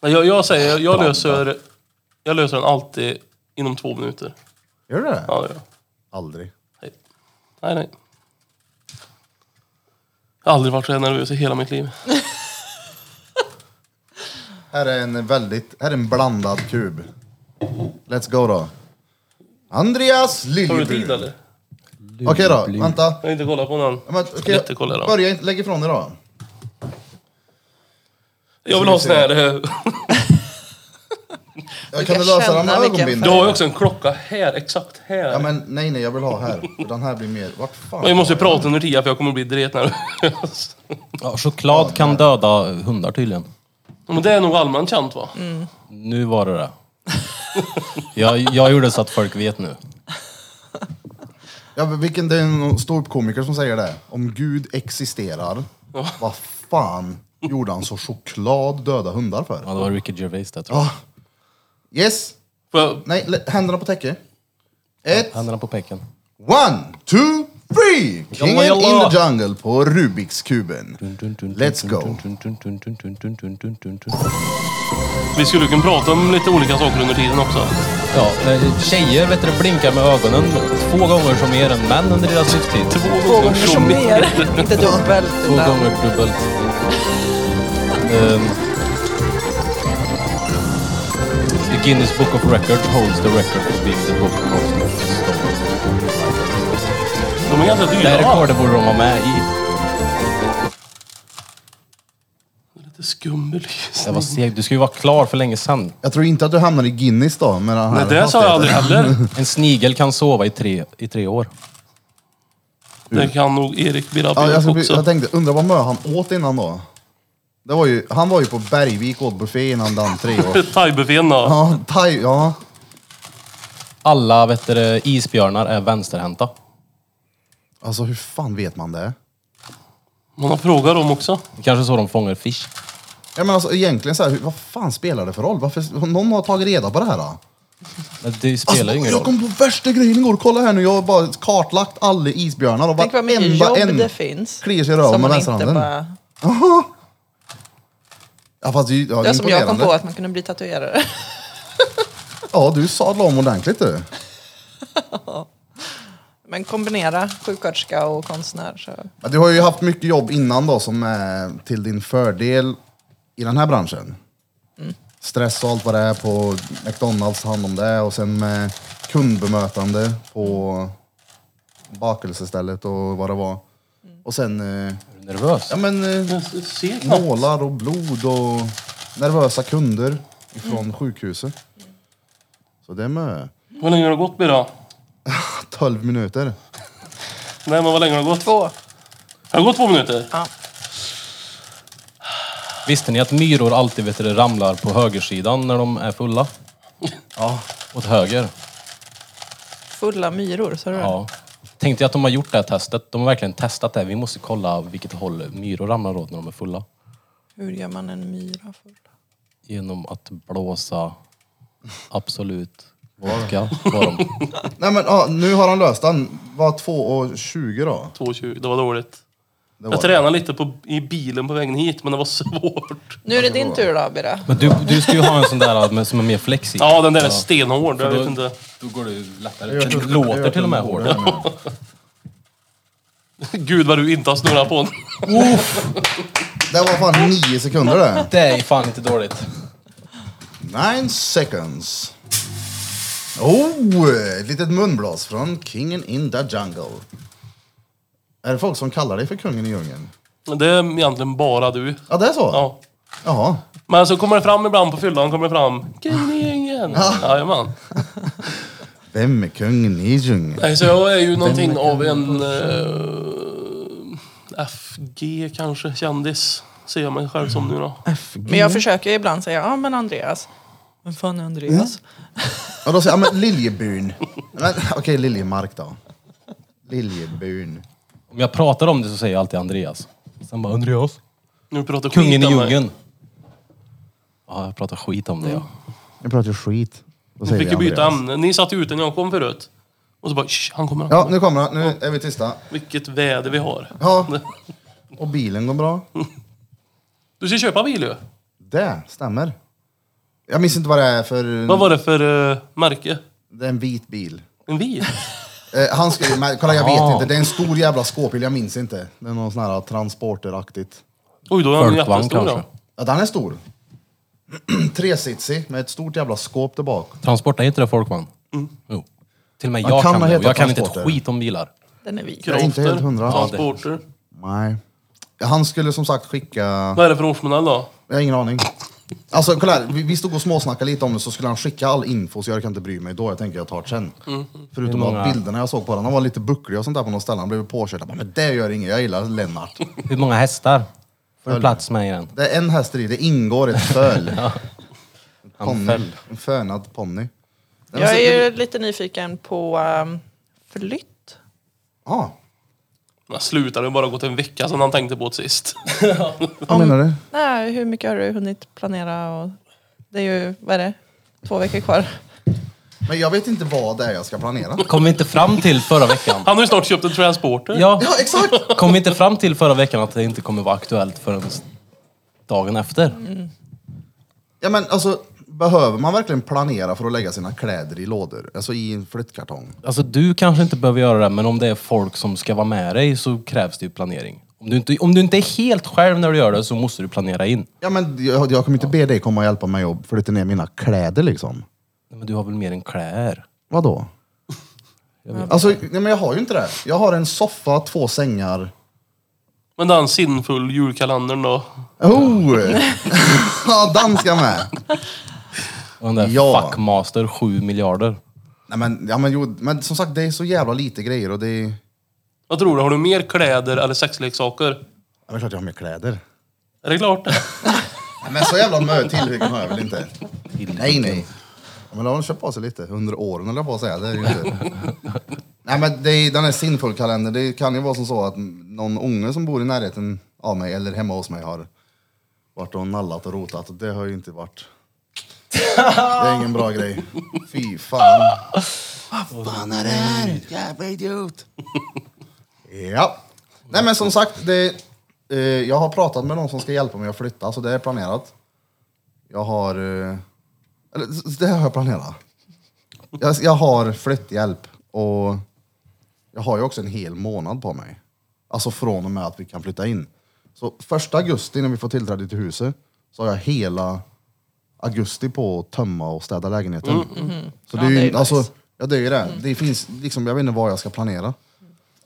Men Jag, jag säger, jag, löser, jag löser den alltid inom två minuter.
Gör du det?
Ja, det gör jag.
Aldrig.
Nej, nej. Jag har aldrig varit så här nervös i hela mitt liv.
Här är en väldigt, här är en blandad kub. Let's go då. Andreas
Tar du
Liljebur.
tid
Okej
eller?
då, vänta.
Jag har inte kollat på någon.
Ja, men, okej,
Lätt att kolla då.
Börja inte, lägg ifrån dig då.
Jag vill ha sån här... eh,
Ja,
kan
kan du lösa
känna
den med
vilken
Du
ögonbindeln?
har ju också en klocka här, exakt här.
Ja men nej nej, jag vill ha här. För den här blir mer, vart fan?
Men jag måste ju prata under tiden för jag kommer bli dretnervös.
Ja, choklad kan döda hundar tydligen.
Men det är nog allmänt känt va?
Mm.
Nu var det det. Jag, jag gjorde så att folk vet nu.
Ja, men vilken, det är en stor komiker som säger det. Om Gud existerar, vad fan gjorde han så choklad döda hundar för?
Ja, det var Ricky Gervais det tror jag.
Ja. Yes!
Får jag,
Nej, lä- händerna på täcket. Ett,
Händerna på pecken.
one, two, three! Kingen
Jalla, jalla.
in the jungle på Rubikskuben. Let's go.
vi skulle kunna prata om lite olika saker under tiden också.
Ja, eh, tjejer vet du, blinkar med ögonen två gånger som mer än män under deras livstid.
Två
Två gånger så mer. Inte dubbelt
Två
utan...
gånger dubbelt. Ehm. the Guinness Book of Records holds the record for being the book most stolen.
De är ganska
Det här
dyra va?
rekordet borde de vara med i.
Lite skum belysning.
Det var seg. Du ska ju vara klar för länge sedan.
Jag tror inte att du hamnar i Guinness då. Med den här
Nej, det sa jag aldrig heller.
En snigel kan sova i tre, i tre år.
Det kan nog Erik Birra
Ja, jag,
Björk
ska, bli-
också.
jag tänkte, undrar vad mö han åt innan då? Det var ju, han var ju på Bergvik och åt buffé innan den tre år.
Thaibuffén då.
Ja, thai, ja.
Alla vet du, isbjörnar är vänsterhänta.
Alltså hur fan vet man det?
Man har frågat dem också.
Det Kanske så de fångar fisk.
Ja men alltså egentligen så här, hur- vad fan spelar det för roll? Varför, någon har tagit reda på det här då?
Men det
Alltså,
spelar ju ingen
jag
roll.
kom på värsta grejen igår, kolla här nu, jag har bara kartlagt alla isbjörnar och
Tänk vad mycket
varenda
jobb
en
det finns.
kliar sig i röven
Som
med
man inte
vänsterhanden.
bara...
Ja fast det är ju- ja,
Det är som jag kom
imponerande.
på att man kunde bli tatuerare.
Ja du sadlade om ordentligt du.
Men kombinera sjuksköterska och konstnär. Så.
Ja, Du har ju haft mycket jobb innan då som är till din fördel i den här branschen. Stress och allt vad det är på McDonalds, hand om det och sen med kundbemötande på bakelsestället och vad det var. Och sen eh,
Är du nervös?
ja, men, eh,
Jag ser knappt.
nålar och blod och nervösa kunder ifrån sjukhuset. Så det är med
Hur länge har det gått Birra?
12 minuter.
Nej men vad länge har det gått?
Två.
Har det gått två minuter?
Ja.
Visste ni att myror alltid vet du, ramlar på högersidan när de är fulla?
Ja.
Åt höger.
Fulla myror, sa du det?
Ja. Tänkte jag att de har gjort det här testet. De har verkligen testat det. här. Vi måste kolla vilket håll myror ramlar åt när de är fulla.
Hur gör man en myra full?
Genom att blåsa Absolut vodka var de.
Nej men ja, nu har han löst den. Var 2.20 då.
2.20, det var dåligt.
Det var
Jag
det.
tränade lite på, i bilen på vägen hit men det var svårt.
Nu är det din tur då, Birra.
Men du, du ska ju ha en sån där med- som är mer flexibel.
Ja den där är stenhård, jag vet inte.
Då går det ju lättare.
Jag gör-
Det låter till och med hårt.
Gud vad du inte har snurrat på den.
Det var fan nio sekunder det.
Det är fan inte dåligt.
Nine seconds. Oh, ett litet munblås från Kingen in the Jungle. Är det folk som kallar dig för kungen i djungeln?
Det är egentligen bara du.
Ja, det är så?
Ja.
Jaha.
Men så kommer det fram ibland på fyllan, kommer det fram. Gungningen! Jajamän.
Vem är kungen i djungeln?
Nej, så jag är ju någonting av en eh, FG kanske, kändis. Ser jag mig själv som nu då.
Men jag försöker ju ibland säga, ja men Andreas. Mm. Vem fan är Andreas?
Och då säger jag, ja, men Liljebyn. Men, Okej, Liljemark då. Liljebyn.
Om jag pratar om det så säger jag alltid Andreas. Sen bara Andreas.
Nu pratar
Kungen i
skit om mig.
djungeln. Ja, jag pratar skit om det ja.
Jag pratar ju skit. Då
Vi fick ju byta
Andreas.
ämne. Ni satt ju ute när jag kom förut. Och så bara, "Shh, han kommer.
Ja, nu kommer han. Nu är vi tysta.
Vilket väder vi har.
Ja. Och bilen går bra.
Du ska köpa bil ju.
Det stämmer. Jag minns inte vad det är för...
Vad var det för eh, märke?
Det är en vit bil.
En vit?
Eh, han skrev, men kolla jag
Ah.
vet inte, det är en stor jävla skåpbil, jag minns inte. Det är någon sån här transporteraktigt.
Oj, då är han
Folkvagn
jättestor
kanske.
då.
Ja, den är stor. Tresitsig med ett stort jävla skåp där bak.
Transport, är inte det folkvagn? Jo. Till och med
Man
jag
kan
kan,
ha
det. och
hetat
Jag kan inte ett
transporter.
skit om bilar.
Den är vit.
Jag är inte helt hundra.
transporter.
Nej. Han skulle som sagt skicka...
Vad är det för årsmodell då?
Jag har ingen aning. Alltså kolla här, vi, vi stod och småsnackade lite om det så skulle han skicka all info så jag kan inte bry mig då, jag tänker jag tar det sen. Förutom
Hur många-
att bilderna jag såg på den, han var lite bucklig och sånt där på något ställe, han blev påkörd. Jag bara, Men det gör inget, jag gillar Lennart.
Hur många hästar får du plats med i den?
Det är en häst i, det ingår ett föl. En ponny.
föll.
En fönad ponny. Alltså, Den
Jag
sitter-
är ju lite nyfiken på ehm, flytt.
Ja,
Jag slutar, det har bara gått en vecka sedan han tänkte på det sist.
vad menar du?
Nej, hur mycket har du hunnit planera? Och det är ju, vad är det, två veckor kvar.
Men jag vet inte vad det är jag ska planera.
Kom vi inte fram till förra veckan?
Han har ju snart köpt en transporter.
Ja,
Ja, exakt!
kom vi inte fram till förra veckan att det inte kommer vara aktuellt förrän dagen efter?
Ja men alltså, behöver man verkligen planera för att lägga sina kläder i lådor? Alltså i en flyttkartong?
Alltså du kanske inte behöver göra det, men om det är folk som ska vara med dig så krävs det ju planering. Om du inte, om du inte är helt själv när du gör det så måste du planera in.
Ja men jag, jag kommer inte be dig komma och hjälpa mig att flytta ner mina kläder liksom.
Nej, Men du har väl mer än kläder?
Vadå? Alltså, nej, men jag har ju inte det. Jag har en soffa, två sängar.
Men den sinnfull julkalendern då?
Oh! Ja, den ska med.
Och den där
Ja.
fuckmaster 7 miljarder.
Nej, men, ja, men, jo, men som sagt, det är så jävla lite grejer och det är...
Vad tror du, har du mer kläder eller sexleksaker?
Ja, det är klart jag har mer kläder.
Är det klart det?
Nej, men så jävla mö tillhyggen har jag väl inte? Nej, nej. Ja, men de har köpt på sig lite under åren, höll jag på att säga. Det är ju inte... Nej, men det är, den här sinnfull kalendern, det kan ju vara som så att någon unge som bor i närheten av mig eller hemma hos mig har varit och nallat och rotat och det har ju inte varit... Det är ingen bra grej. Fy fan. Vad fan är det här? Jävla idiot. Ja. Nej men som sagt, det, eh, jag har pratat med någon som ska hjälpa mig att flytta, så det är planerat. Jag har... Eh, eller, s- det har jag planerat. Jag, jag har flytthjälp och jag har ju också en hel månad på mig. Alltså från och med att vi kan flytta in. Så första augusti när vi får tillträde till huset så har jag hela augusti på att tömma och städa lägenheten. Så det är ju,
Mm, mhm. Ja, det är ju
alltså,
nice. Mm.
ja, det är ju det. Det finns liksom, jag vet inte vad jag ska planera.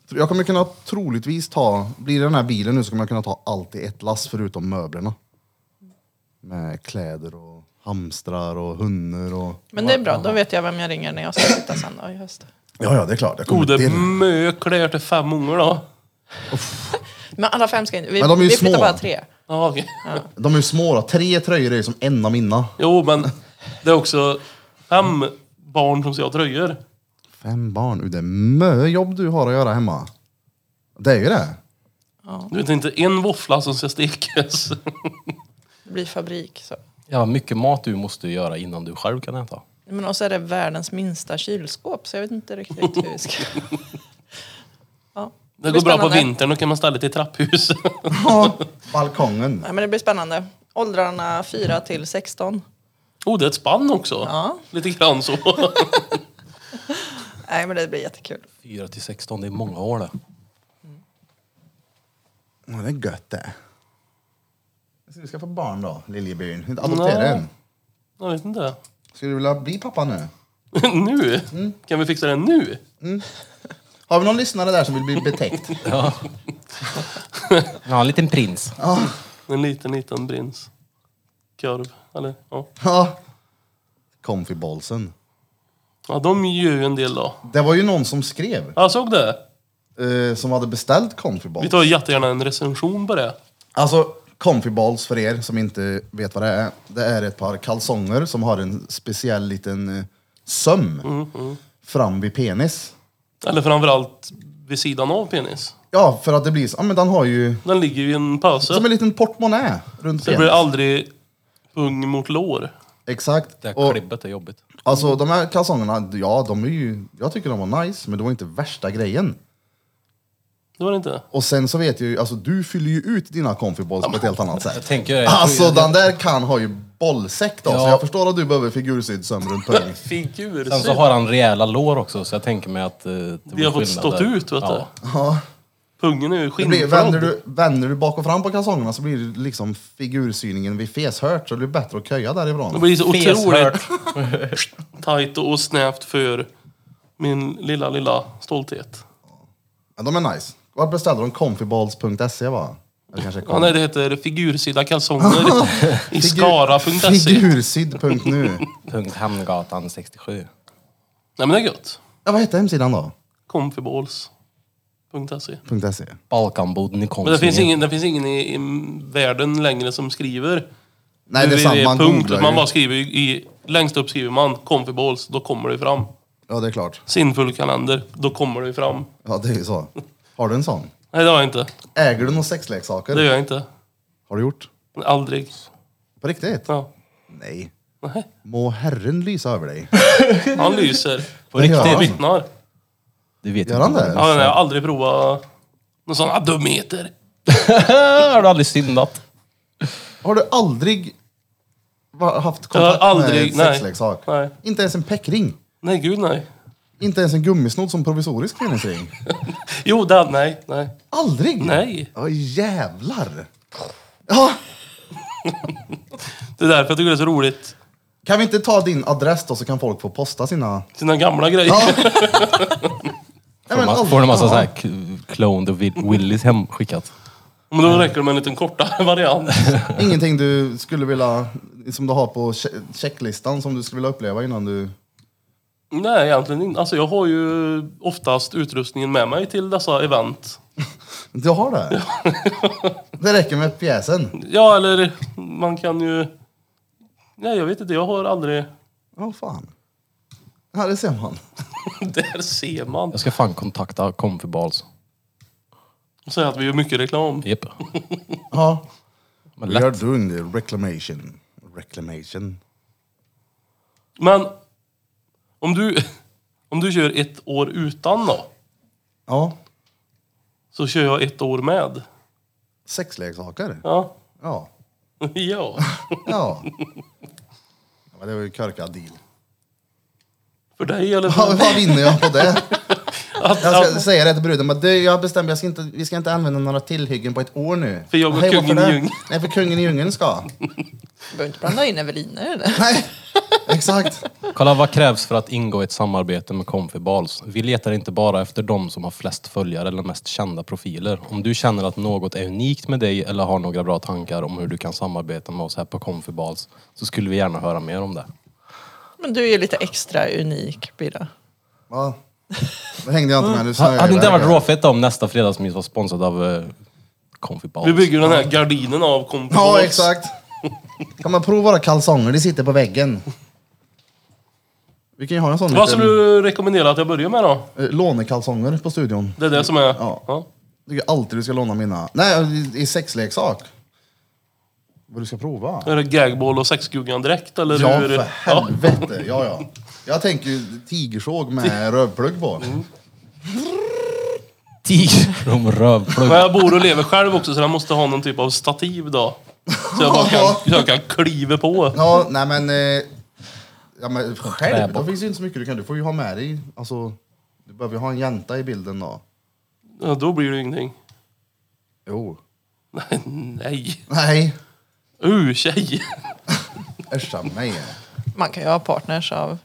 Jag kommer kunna troligtvis ta, blir det den här bilen nu så kommer jag kunna ta allt i ett lass förutom möblerna. Med kläder och hamstrar och hundar och...
Men det är bra, då vet jag vem jag ringer när jag ska flytta sen då i höst.
Ja, ja, det är klart. Jag kommer
Gode
till.
mö kläder till fem ungar då?
Men alla fem ska in. Vi,
Men de är ju
vi flyttar
små.
bara tre.
Ja, okej.
De är ju små då. Tre tröjor är ju som en av mina.
Jo, men det är också fem barn som ska ha tröjor.
Fem barn. Uh, Det är mö jobb du har att göra hemma. Det är ju det.
Du vet inte en våffla som ska stekas.
Det blir fabrik. Så.
Ja, vad mycket mat du måste göra innan du själv kan äta.
Men också är det världens minsta kylskåp så jag vet inte riktigt hur vi ska... Ja.
Det går
blir
bra på
spännande.
vintern, då kan man ställa det i trapphus.
Ja, balkongen.
Nej, men det blir spännande. Åldrarna 4 till 16.
Oh, det är ett spann också.
Ja.
Lite grann så.
Nej, men det blir jättekul.
4 till 16, det är många år det.
Ja, det är gött det. Ska du skaffa barn då, liljebyn? Inte Adoptera
Nej.
en.
Jag vet inte.
Skulle du vilja bli pappa nu?
Nu?
Mm.
Kan vi fixa det nu?
Har vi någon lyssnare där som vill bli betäckt?
Ja, en liten prins.
En liten, liten prins. Korv. Eller, ja.
Ja. Comfybolsen.
ja, de gör ju en del då.
Det var ju någon som skrev,
Jag såg det.
eh, som hade beställt
Vi
comfyboll.
tar jättegärna en recension på det.
Alltså, comfyballs för er som inte vet vad det är. Det är ett par kalsonger som har en speciell liten eh, söm fram vid penis.
Eller framförallt vid sidan av penis.
Ja, för att det blir så. Ja, men den har ju
Den ligger ju i en pöse.
som en liten portmonnä runt
Så det blir
penis.
aldrig pung mot lår.
Exakt.
Det här
Och,
klibbet är jobbigt.
alltså de här kalsongerna, ja de är ju, jag tycker de var nice, men det var inte värsta grejen.
Det var det inte.
Och sen så vet jag ju, alltså du fyller ju ut dina comfyballs på ett helt annat sätt.
tänker- jag-
Alltså den där kan ha ju bollsäck då,
Ja.
så jag förstår att du behöver figursydd söm runt pung.
Figur.
Sen
typ.
så har han rejäla lår också så jag tänker mig att... eh, det
De
blir
har fått
skillnad
stått
där.
ut vet
Ja.
du. Pungen är ju
Det blir, vänder,
skinnfrådd.
du, vänder du bak och fram på kalsongerna så blir det liksom figursyningen vid feshört, så det blir bättre att köja
Det
därifrån.
blir så otroligt
Feshört.
tajt och snävt för min lilla, lilla stolthet.
Ja, de är nice. Var beställde de? Comfyballs.se E, va? Eller kanske
Ja, nej, det heter figursida kalsonger i skara.se.
Figursydd.nu.
Punkt Hamngatan 67.
Nej men det är gött.
Ja, vad heter hemsidan då?
Comfyballs.se.
.se.
Balkanboden i Konstingen.
E. Men det finns ingen, det finns ingen i, i världen längre som skriver.
Nej, det är sant. Man
punkt,
googlar
man
ju.
bara skriver ju i, längst upp skriver man Comfyballs, då kommer det ju fram.
Ja, det är klart.
Sinnfull kalender, då kommer det ju fram.
Ja, det är ju så. Har du en sån?
Nej det har jag inte.
Äger du några sexleksaker?
Det gör jag inte.
Har du gjort?
Aldrig.
På riktigt?
Ja.
Nej.
Nej.
Må Herren lysa över dig.
Han lyser.
På riktigt.
Ja.
Vittnar.
Du vet
Gör han
inte.
det?
Ja, men jag har aldrig provat någon sån Ah, här dumheter.
Har du aldrig syndat?
Har du aldrig va- haft
Jag har
kontakt
aldrig...
med en
Nej.
sexleksak?
Nej.
Inte ens en peckring?
Nej, gud nej.
Inte ens en gummisnodd som provisorisk föreningsring?
Jo, den, nej, nej.
Aldrig?
Nej.
Ja jävlar! Ja,
Det är därför jag tycker det är så roligt.
kan vi inte ta din adress då så kan folk få posta sina...
Sina gamla grejer.
Ja. Nej, men
Man
aldrig.
får en massa
Ja.
så här k- cloned och Will- Willys hemskickat.
Men då räcker det med en liten kortare variant.
Ingenting du skulle vilja, som du har på che- checklistan som du skulle vilja uppleva innan du...
nej, egentligen inte. Alltså jag har ju oftast utrustningen med mig till dessa event.
Du har det? det räcker med pjäsen.
Ja, eller man kan ju... Nej, jag vet inte. Jag har aldrig...
Ja, fan. Ja, det ser man.
Där ser man.
Jag ska fan kontakta Comfybals.
Säga att vi gör mycket reklam.
Jep.
Ja.
Men
We are
lätt.
doing the reclamation. Reclamation.
Men om du, om du kör ett år utan då,
Ja.
så kör jag ett år med.
Sexleksaker.
Ja.
Ja.
ja.
Ja. ja men det var ju korkad deal.
För dig eller
Vad,
för...
vad vinner jag på det?
Att,
Jag ska
att,
säga det till bruden, men du, jag bestämde jag ska inte, vi ska inte använda några tillhyggen på ett år nu.
För jag och
"Hej, varför
kungen i
det?"
djungeln.
Nej, för kungen i djungeln ska.
Du behöver inte blanda in Evelina i det.
Nej, exakt.
Kolla vad krävs för att ingå i ett samarbete med Comfybals. Vi letar inte bara efter de som har flest följare eller mest kända profiler. Om du känner att något är unikt med dig eller har några bra tankar om hur du kan samarbeta med oss här på Comfybals så skulle vi gärna höra mer om det.
Men du är ju lite extra unik, Birra.
Ja. Det hängde jag inte med. Nu snöar jag
Hade inte det
iväg
varit
här.
råfett om nästa fredagsmys var sponsrad av eh, Comfybals?
vi bygger den här gardinen av kompis.
Ja, exakt. Kan man prova våra kalsonger? De sitter på väggen. Vi kan ju ha en sån
Vad skulle du rekommendera att jag börjar med då?
eh, lånekalsonger på studion.
Det är det som är...
Ja. Jag tycker alltid du ska låna mina. Nej, i- i sexleksak. Vad du ska prova?
Är det gagball och sexguggan direkt eller?
Ja,
hur?
för helvete. Ja, ja. Jag tänker ju tigersåg med rövplugg på.
Mm.
Tiger om rövplugg.
Men jag bor och lever själv också så jag måste ha någon typ av stativ då. Så jag bara kan, så jag kan kliva på.
Ja, nej men... Eh, ja, men själv, då
Träbock.
finns det ju inte så mycket du kan. Du får ju ha med dig, alltså... Du behöver ju ha en jänta i bilden då.
Ja, då blir det ju ingenting.
Jo.
Nej.
Nej,
Uh, tjej.
äscha mig.
Man kan ju ha partners av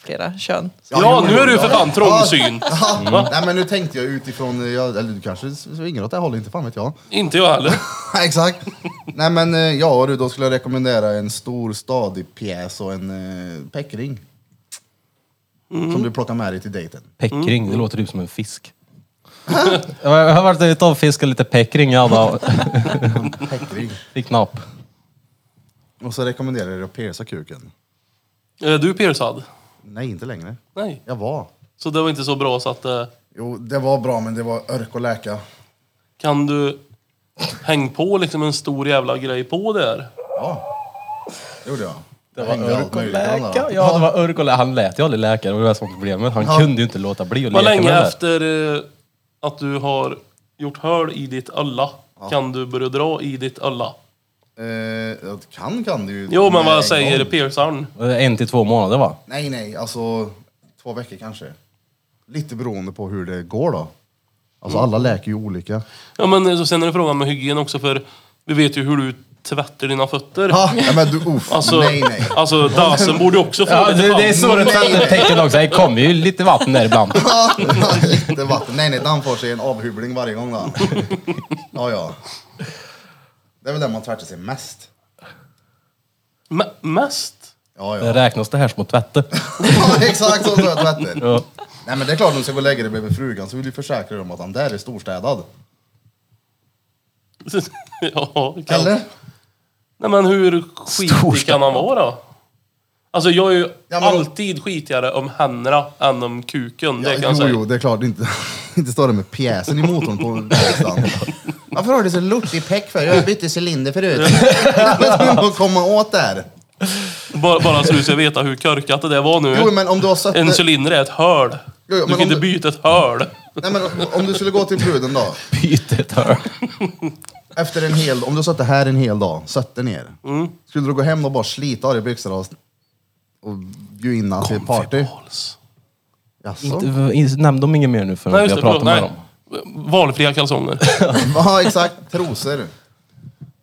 flera kön.
Ja, nu är du
ja,
för
ja.
fan trångsynt.
Ja, Nej men nu tänkte jag utifrån, eh, jag, eller du kanske svingar åt det hållet, inte fan vet jag.
Inte jag heller.
Nej, Exakt. Nej men eh, ja du, då skulle jag rekommendera en stor stadig pjäs och en eh, peckring. Som du plockar med dig till dejten.
Peckring, det låter typ som en fisk. jag har varit ute och fiskat lite peckring jag hade.
Peckring.
Fick napp.
Och så rekommenderar jag dig att pierca kuken.
Är Eh, du piercad?
Nej, inte längre.
Nej.
Jag var.
Så det var inte så bra så att... eh,
Jo, det var bra men det var örk och läka.
Kan du häng på liksom en stor jävla grej på där?
Ja, det gjorde jag.
Det
Jag
var
hängde allt
örk och
möjligt annat.
läka. Ja, det var örk och läka. Han lät ju aldrig läkare, det var det som var problemet. Han kunde ju inte låta bli att
Vad
leka med
länge
det.
efter eh, att du har gjort hål i ditt ölla kan du börja dra i ditt ölla?
Eh, ja, kan kan du ju.
Jo, men
Nej,
vad säger
gång.
Pearson?
Eh, En till två månader va?
Nej, nej, alltså två veckor kanske. Lite beroende på hur det går då. Alltså alla läker ju olika.
Ja, men eh, så sen är det frågan med hygien också, för vi vet ju hur du tvättar dina fötter.
Ah, nej, men du, uff,
Alltså,
nej, nej.
alltså dasen borde ju också få
Ja,
lite
det, det är så
chans.
du tänder tecken också. Det kommer ju lite vatten där ibland.
Ah, lite vatten. Nej, nej, den får sig en avhyvling varje gång då. Ja, ja. Det är väl den man tvättar sig mest.
Me- Mest?
Ja,
Det
ja.
räknas det här som att tvätta?
ja exakt så tror jag tvätten.
Ja.
Nej, men det är klart, när du ska gå och lägga dig bredvid frugan så vill du försäkra dig om att han där är storstädad.
ja, kan.
Eller?
Nej men hur skitig
Storstad.
kan han vara då? Alltså jag är ju
Ja, men-
alltid skitigare om händerna än om kuken, det kan jag
jo,
säga.
jo, det är klart. Inte, inte står det med pjäsen i motorn på verkstaden. Varför har du så lortig peck för? Jag bytte cylinder förut. Jag ska komma åt där.
Bara, bara så du ska veta hur korkat det där var nu.
Jo, men om du har sött...
En cylinder är ett hål.
jo, men
du
om
kan inte
du-
byta ett hål.
Nej, men om du skulle gå till bruden då.
Byt ett hörn.
Efter en hel... Om du har suttit här en hel dag, sött dig ner.
Mm.
Skulle du gå hem och bara slita av dig byxorna och, och bjuda in henne till party?
Vals.
Jaså?
Inte, inte- nämn dem inget mer nu förrän
Nej,
vi
just
har
det.
pratat
Pratar
med
nej.
dem.
Valfria kalsonger.
Ja, exakt. Trosor.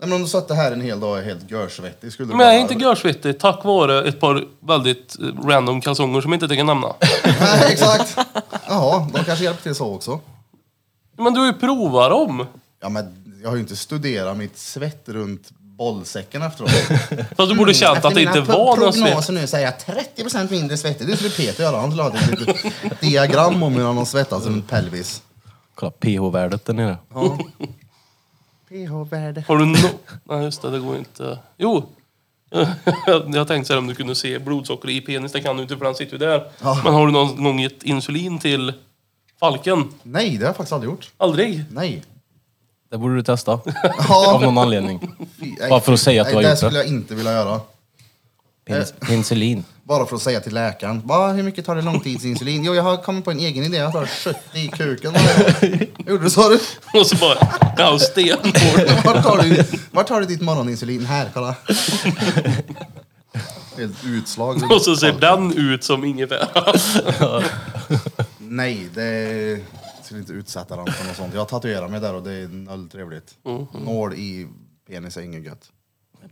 Nej, men om du suttit här en hel dag och är helt görsvettig skulle du
Men jag är
bara-
inte görsvettig tack vare ett par väldigt eh, random kalsonger som jag inte tänker nämna.
Nej, exakt. Jaha, de kanske hjälper till så också.
Men du har ju provat dem.
Ja, men jag har ju inte studerat mitt svett runt bollsäcken efteråt.
Fast du
Mm,
borde känt att det inte var någon svett.
nu säger jag 30% mindre svettig. Det skulle Peter göra. Han skulle ha ett litet diagram om hur han har svettats runt pelvis.
Kolla pH-värdet där nere.
pH-värde.
Har du no... Nej just det, det går inte. Jo! Jag tänkte så här om du kunde se blodsocker i penis, det kan du inte för den sitter ju där.
Ja.
Men har du någon gång gett insulin till falken?
Nej, det har jag faktiskt aldrig gjort.
Aldrig?
Nej.
Det borde du testa. Av
Ja,
någon anledning.
fy, nej,
Bara för att säga att
nej,
du har
det.
gjort
skulle
det.
jag inte vilja göra.
Pins-
Eh.
Penicillin.
Bara för att säga till läkaren. Va, hur mycket tar det långtidsinsulin? Jo, jag har kommit på en egen idé. Jag tar 70 i kuken. Gjorde du så? Du?
Och så bara, ja och stenhård.
Vart tar, du, vart tar du ditt morgoninsulin? Här, kolla. Helt utslag.
Och så ser den ut som ingefära.
Nej, det skulle inte utsätta den för något sånt. Jag tatuerar mig där och det är noll trevligt.
Mm.
Nål i penis är inget gött.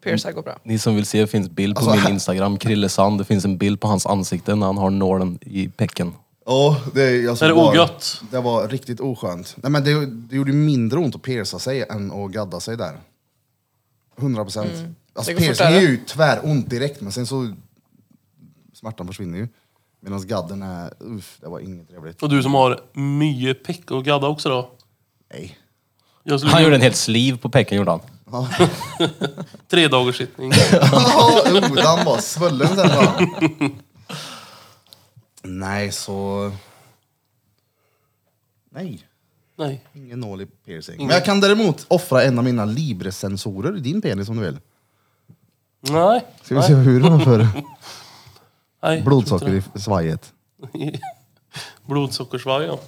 Piercer går bra.
Ni som vill se, det finns bild på
Alltså,
min
här-
Instagram, Krille Sand. Det finns en bild på hans ansikte när han har nålen i pecken.
Ja, det är... Alltså,
Är det
var-
ogött?
Det var riktigt oskönt. Nej, men det, det gjorde mindre ont att pierca sig än att gadda sig där. 100 procent. Alltså
Det går
piercing är
fortare.
ju tväront direkt, men sen så... Smärtan försvinner ju. Medan gadden är... Uff, det var inget trevligt.
Och du som har mycket peck och gadda också då.
Nej.
Jag skulle
Han gjorde en hel sliv på pecken gjorde han.
tre dagars sittning.
Ja, oh, den var svullen den var. Nej, så... Nej,
Nej.
ingen nål i piercing. Men jag kan däremot offra en av mina Libre-sensorer i din penis om du vill.
Nej.
Ska vi se hur den för
Nej.
blodsocker i svajet.
Blodsockersvaj ja.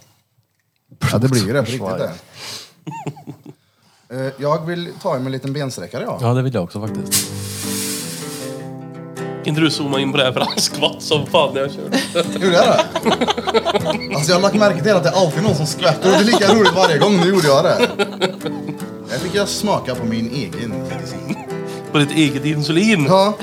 Ja, det blir ju det på riktigt det. Eh, Jag vill ta en med en liten bensträckare ja.
Ja, det vill jag också faktiskt.
Kan inte du zooma in på det här för han skvatt som fan när jag körde.
Gjorde jag det? Alltså jag har lagt märke till att det är alltid någon som skvätter och det är lika roligt varje gång. Nu gjorde jag det. Jag fick jag smaka på min egen.
På ditt eget insulin.
Ja.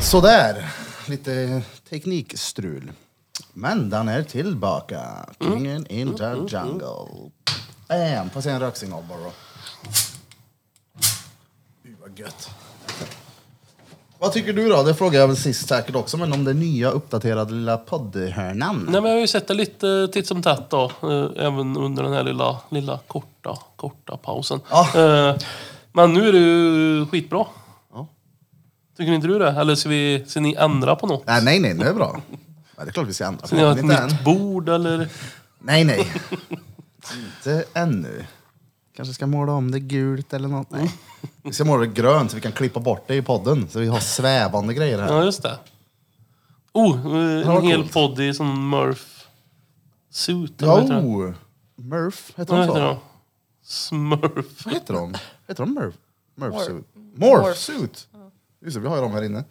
Sådär, lite teknikstrul. Men den är tillbaka. Kingen
Mm.
in the jungle. Bam! Får se en röksignal bara. Gud vad gött. Vad tycker du då? Det frågade jag väl sist säkert också, men om den nya uppdaterade lilla poddhörnan?
Nej men jag har ju sett det lite titt som tätt då. eh, Även under den här lilla, lilla korta, korta pausen.
Ja.
Eh, Men nu är det ju skitbra.
Ja.
Tycker inte du det? Eller ska, vi, ska ni ändra på något?
Nej, nej, nej, det är bra. Ja, det är klart vi ska ändra på
Ska ni ha
den.
ett
Inte än.
nytt bord eller?
Nej, nej. Inte ännu. Kanske ska måla om det gult eller något. Nej. Vi ska måla det grönt så vi kan klippa bort det i podden. Så vi har svävande grejer här.
Ja just det. Oh, eh,
var
en hel
coolt.
podd i sån Murph suit. eller vad heter det?
Jo! Oh! Murph, heter
Vad
hon
heter
så?
det? Smurf.
Vad heter hon? Heter hon Murph? Murph
Mor-
suit? Morph
Morph.
suit! Just det, vi har ju dem här inne.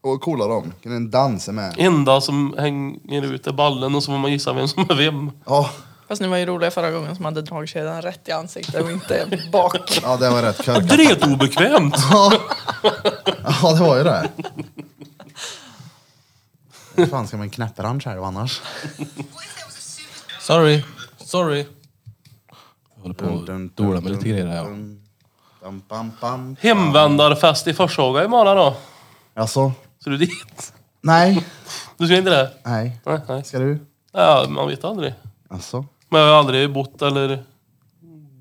Och coola dem. Kan en dansa med?
Enda som hänger ut är ballen och så får man gissa vem som är vem.
Ja,
Fast ni var ju roliga förra gången som hade dragkedjan rätt i ansiktet och inte bak.
ja det var rätt korkat.
Dret obekvämt!
Ja, det var ju det. Hur fan ska man knäppa den själv annars?
Sorry, sorry. Jag håller på
Dun, dun,
att dola med
dun,
lite grejer här. ja.
dun, dun, bam, bam.
Hemvändarfest i Forshaga imorgon då.
Alltså,
Ska du dit?
nej,
Du ska inte det?
nej.
Nej, nej.
Ska du?
Ja, man vet aldrig.
Alltså,
Men jag har aldrig bott eller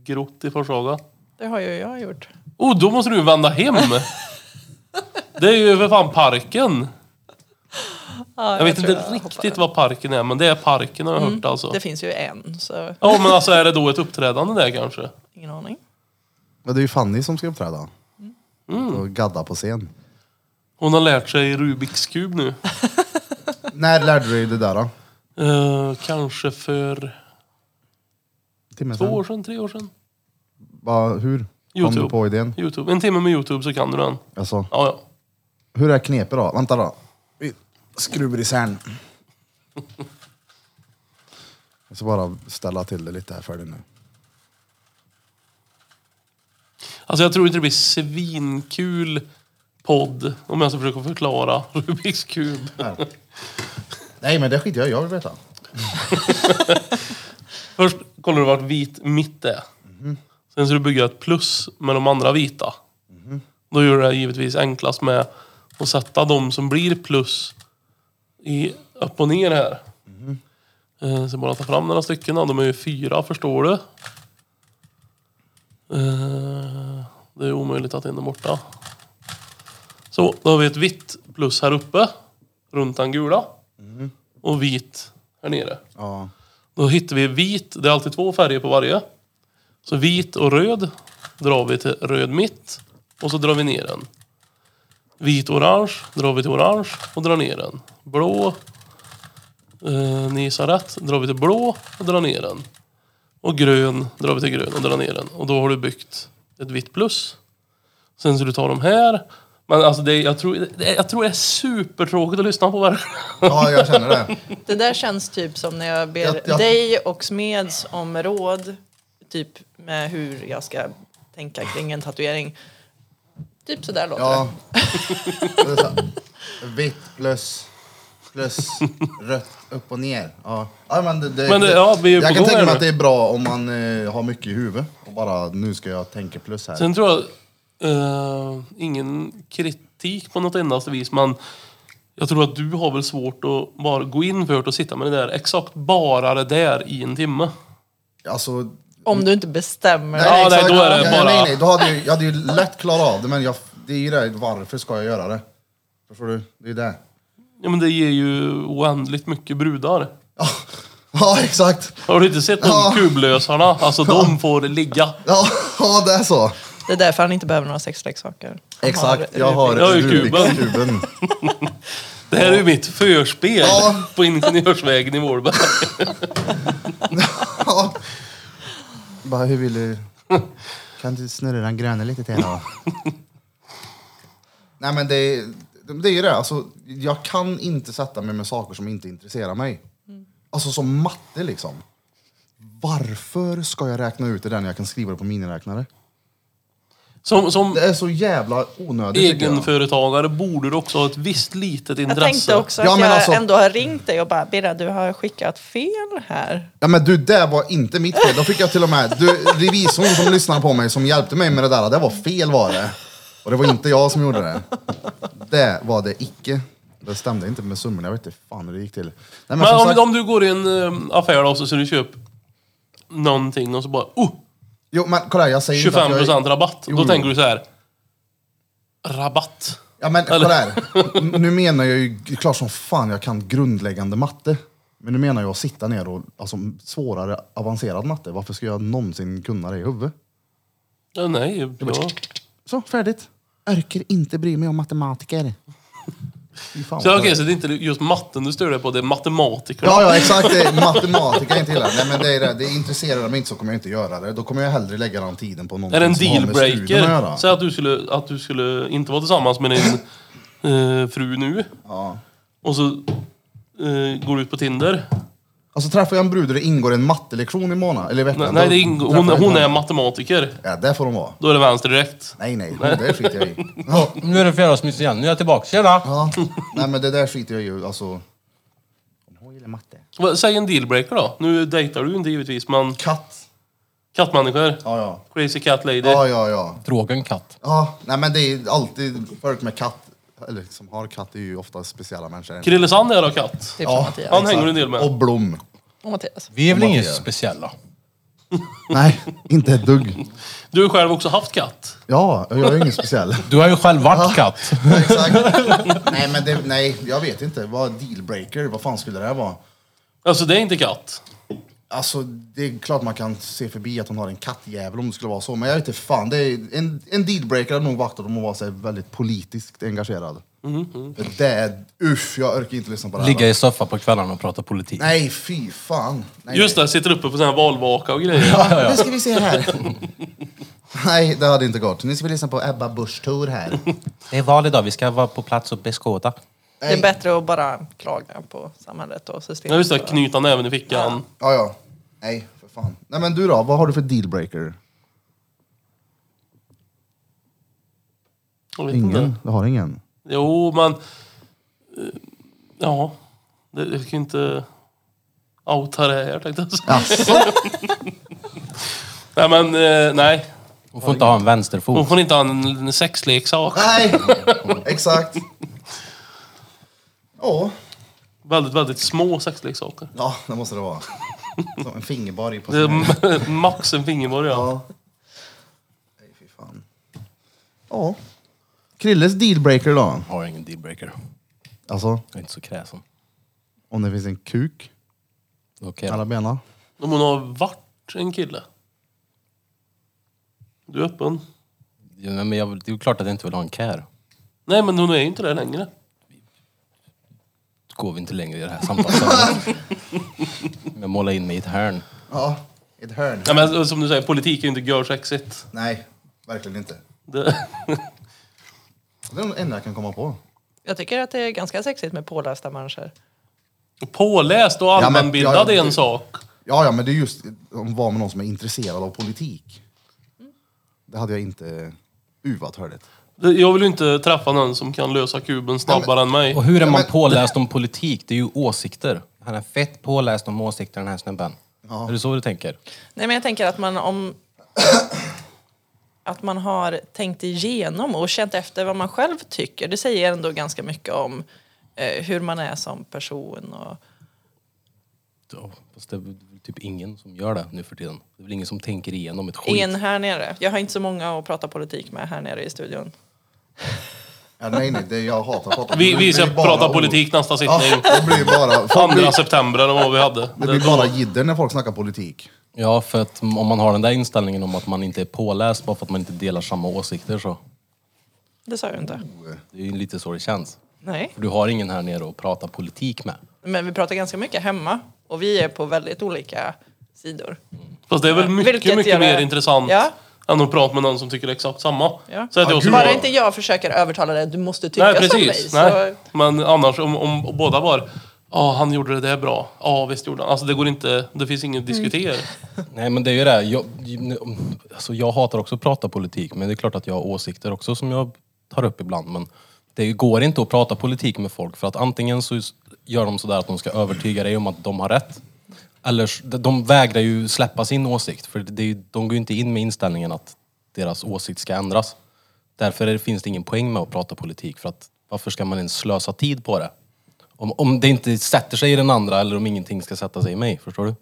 grott i Forshaga.
Det har ju jag gjort.
Oh, då måste du vända hem! Det är ju för fan parken!
Ja,
Jag vet
tror
inte
hoppar
riktigt
den.
vad parken är, men det är parken har jag hört alltså.
Det finns ju en, så
Ja, men alltså är det då ett uppträdande där kanske?
ingen aning.
men det är ju Fanny som ska uppträda.
Mm.
Och gadda på scen.
Hon har lärt sig Rubiks kub nu.
När lärde du dig det där då?
Eh, kanske för
Timmen
två år sedan, tre år sedan.
Va, hur? Kom
YouTube.
du på idén?
YouTube. En timme med YouTube så kan du den.
Alltså,
Ja, ja.
hur är knepet då? Vänta då. Vi skruvar isär Jag ska bara ställa till det lite här för dig nu.
Alltså jag tror inte det blir svinkul podd om jag ska försöka förklara Rubiks kub.
Nej men det skiter jag i, jag vill veta.
Först kollar du vart vit mitt är. Sen ska du bygga ett plus med de andra vita. Då gör du det givetvis enklast med att sätta de som blir plus i upp och ner här. Mm. Så bara ta fram några stycken. då. De är ju fyra, förstår du. Eh, Det är omöjligt att en är borta. Så, då har vi ett vitt plus här uppe. Runt den gula. Och vit här nere.
Ja.
Då hittar vi vit, det är alltid två färger på varje. Så vit och röd drar vi till röd mitt och så drar vi ner den. Vit och orange drar vi till orange och drar ner den. Blå, eh, ni sa rätt, drar vi till blå och drar ner den. Och grön drar vi till grön och drar ner den. Och då har du byggt ett vitt plus. Sen så du tar de här. Men alltså det, jag, tror, det, jag tror det är supertråkigt att lyssna på verkligen.
ja, jag känner det.
Det där känns typ som när jag ber
Jag- jag-
dig och Smeds om råd, typ med hur jag ska tänka kring en tatuering. Typ sådär låter
Ja. Det är så här. Vitt plus, plus rött upp och ner. Ja. Ja, men det, det,
Men det- ja, vi är på
jag kan
gång
tänka
här
mig att
nu.
det är bra om man eh, har mycket i huvudet och bara nu ska jag tänka plus här.
Sen tror jag, eh, ingen kritik på något endaste vis, men jag tror att du har väl svårt att bara gå in för det och sitta med det där, exakt bara det där i en timme.
Alltså,
det. Om du inte bestämmer
Ja,
dig.
nej,
exakt.
då är det
Ja,
bara-
Nej, nej, då hade jag, jag hade ju lätt klarat av det, men jag, det är ju det, varför ska jag göra det? Förstår du? Det är det.
Ja men det ger ju oändligt mycket brudar.
Ja, ja exakt.
Har du inte sett de
Ja.
kublösarna? Alltså de får ligga.
Ja, ja, det är så.
Det är därför han inte behöver några sexleksaker. Han
Exakt, jag har
Jag har ju kuben.
kuben.
Det här är ju mitt förspel
Ja.
på Ingenjörsvägen i Vårberg.
Ja. Bara, hur vill du... Kan du snurra den gröna lite till då? Nej men det, är- det är ju det, alltså, jag kan inte sätta mig med saker som inte intresserar mig. Alltså som matte liksom. Varför ska jag räkna ut det där när jag kan skriva det på miniräknare?
Som, som
Det är så jävla onödigt tycker jag.
egenföretagare borde du också ha ett visst litet
Jag
intresse.
tänkte också att
Ja, men
jag
alltså-
ändå har ringt dig och bara Birra du har skickat fel här.
Ja men du, det var inte mitt fel. Då fick jag till och med, du, revisorn som lyssnade på mig som hjälpte mig med det där, det var fel var det. Och det var inte jag som gjorde det. Det var det icke. Det stämde inte med summorna, jag vet inte fan hur det gick till. Nej, men
Men
som
om,
sagt,
om du går i en eh, affär då, och så ska du köpa någonting och så bara oh,
jo men kolla här, jag säger inte att
25
jag...
procent rabatt.
Jo,
då
jo.
tänker du så här. Rabatt.
Ja men
Eller?
kolla här. N- Nu menar jag ju, det är klart som fan jag kan grundläggande matte. Men nu menar jag att sitta ner och, alltså svårare avancerad matte. Varför ska jag någonsin kunna det i huvudet?
Ja, nej, ja.
Så, färdigt. Örker inte bry mig om matematiker. Fy fan,
Så,
vad-
okej, så det är inte just matten du stör dig på, det är matematikerna.
Ja, ja, exakt. Det är matematiker jag inte gillar. Nej, men det är det. Det intresserar mig inte så kommer jag inte göra det. Då kommer jag hellre lägga den tiden på någonting
Är det en
som har med studien att göra.
dealbreaker? Säg att du, skulle, att du skulle inte vara tillsammans med din eh, fru nu.
Ja.
Och så eh, går du ut på Tinder.
Alltså träffar jag en brud och det ingår en mattelektion i månaden, eller i veckan.
Nej, nej
då
det är ing- hon,
träffar jag
hon
inte
är
henne.
matematiker.
Ja, det får hon vara.
Då är det vänster direkt.
Nej, nej, hon, det skiter jag i. Ja.
Nu är det fredagsmys igen, nu är jag tillbaka. Tjena!
Ja. Nej, men det där skiter jag i. Alltså... Hon gillar matte.
Vad- Säg en dealbreaker då. Nu dejtar du inte givetvis, men
Katt.
kattmänniskor.
Ja, ja.
Crazy cat lady.
Ja, ja, ja.
Tråken katt.
Ja, nej men det är alltid folk med katt, eller som har katt, är ju ofta speciella människor.
Krille Sand är då katt.
Typ som
Ja,
Mattias.
Han hänger du en del med.
Och Blom.
Och Mattias.
Vi är väl
Vad
inget
är det?
speciella?
Nej, inte ett dugg.
Du har själv också haft katt.
Ja, jag är ingen speciell.
Du har ju själv varit katt.
Exakt. Nej, men det, nej, jag vet inte. Vad dealbreaker, vad fan skulle det här vara?
Alltså det är inte katt.
Alltså, det är klart man kan se förbi att hon har en kattjävel om det skulle vara så, men jag vet inte fan. Det är, en, en dealbreaker hade nog varit om hon var så här, väldigt politiskt engagerad.
Mm,
Det är, usch, jag orkar inte lyssna på det här.
Ligga i soffan på kvällarna och prata politik.
Nej, fy fan. Nej,
Just
nej.
det, sitter uppe på sån här valvaka och grejer.
Nu ska vi se här. nej, det hade inte gått. Nu ska vi lyssna på Ebba Busch Thor här.
Det är val idag, vi ska vara på plats och beskåda.
Det
Nej.
är bättre att bara klaga på samhället och systemet.
Ja just det, knyta näven i fickan.
Ja, ja. Nej, för fan. Nej, men du då? Vad har du för dealbreaker?
Jag vet inte.
Ingen? Du har ingen?
Jo, men... eh, Ja. Det, jag kan ju inte outa det här tänkte jag säga. Nej men, eh, nej.
Hon får inte ha en
Hon
vänsterfot.
får inte ha en sexleksak.
Nej, exakt. Ja,
Väldigt, väldigt små sexleksaker.
ja, det måste det vara. Som en fingerborg på
Det
sin...
är max en fingerborg ja.
Ja. Nej, fy fan. Ja. Krilles dealbreaker då?
Har ingen dealbreaker.
Alltså,
Jag är inte så kräsen.
om det finns en kuk,
Okej.
alla bena.
Om hon har varit en kille. Du är öppen.
Ja, men jag, det är ju klart att jag inte vill ha en care.
Nej men hon är ju inte det längre.
Då går vi inte längre i det här samtalet. jag målar in mig i ett hörn.
Ja, ett hörn.
Nej men alltså, som du säger, politik är ju inte görsexigt.
Nej, verkligen inte.
Det-
Det är den enda jag kan komma på.
Jag tycker att det är ganska sexigt med pålästa människor.
Påläst och
men-
allmänbildad
ja, ja,
är en
det-
sak.
Ja, ja, men det är just om vara med någon som är intresserad av politik. Det hade jag inte... Uh, vad törligt.
Jag vill ju inte träffa någon som kan lösa kuben snabbare än mig.
Och hur är man
men-
påläst om politik? Det är ju åsikter. Han är fett påläst om åsikter den här snubben. Är det så du tänker?
Nej men jag tänker att man om... Att man har tänkt igenom och känt efter vad man själv tycker. Det säger ändå ganska mycket om eh, hur man är som person. Och,
Ja, fast det är väl typ ingen som gör det nu för tiden. Det är väl ingen som tänker igenom ett skit.
en här nere. Jag har inte så många att prata politik med här nere i studion.
Ja, nej, nej, det, jag hatar att prata
Vi,
det blir
vi ska
bara
prata
oro.
politik nästa
Ja,
sittning.
det blir bara... folk blir-
Andra september eller vad vi hade.
Det blir bara jidder när folk snackar politik.
Ja, för att om man har den där inställningen om att man inte är påläst bara för att man inte delar samma åsikter så.
Det sa jag inte.
Det är ju lite så det känns.
Nej.
För du har ingen här nere att prata politik med.
Men vi pratar ganska mycket hemma och vi är på väldigt olika sidor.
Fast det är väl mycket,
Vilket
mycket
gör det-
mer intressant
Ja.
än att prata med någon som tycker exakt samma.
Ja.
Så att jag som
Bara
var-
inte jag försöker övertala dig, du måste tycka
Nej,
som mig.
precis.
Så
Nej. Men annars, om, om båda var... Ja, han gjorde det där bra. Ja, visst gjorde han. Alltså det går inte... Det finns inget att
Mm.
diskutera.
Nej men det är ju det. Jag, alltså, jag hatar också att prata politik men det är klart att jag har åsikter också som jag tar upp ibland. Men det går inte att prata politik med folk för att antingen så gör de sådär att de ska övertyga dig om att de har rätt. Eller s- de vägrar ju släppa sin åsikt för det är, ju- de går ju inte in med inställningen att deras åsikt ska ändras. Därför är det, finns det ingen poäng med att prata politik för att varför ska man ens slösa tid på det? Om, om det inte sätter sig i den andra eller om ingenting ska sätta sig i mig, förstår du?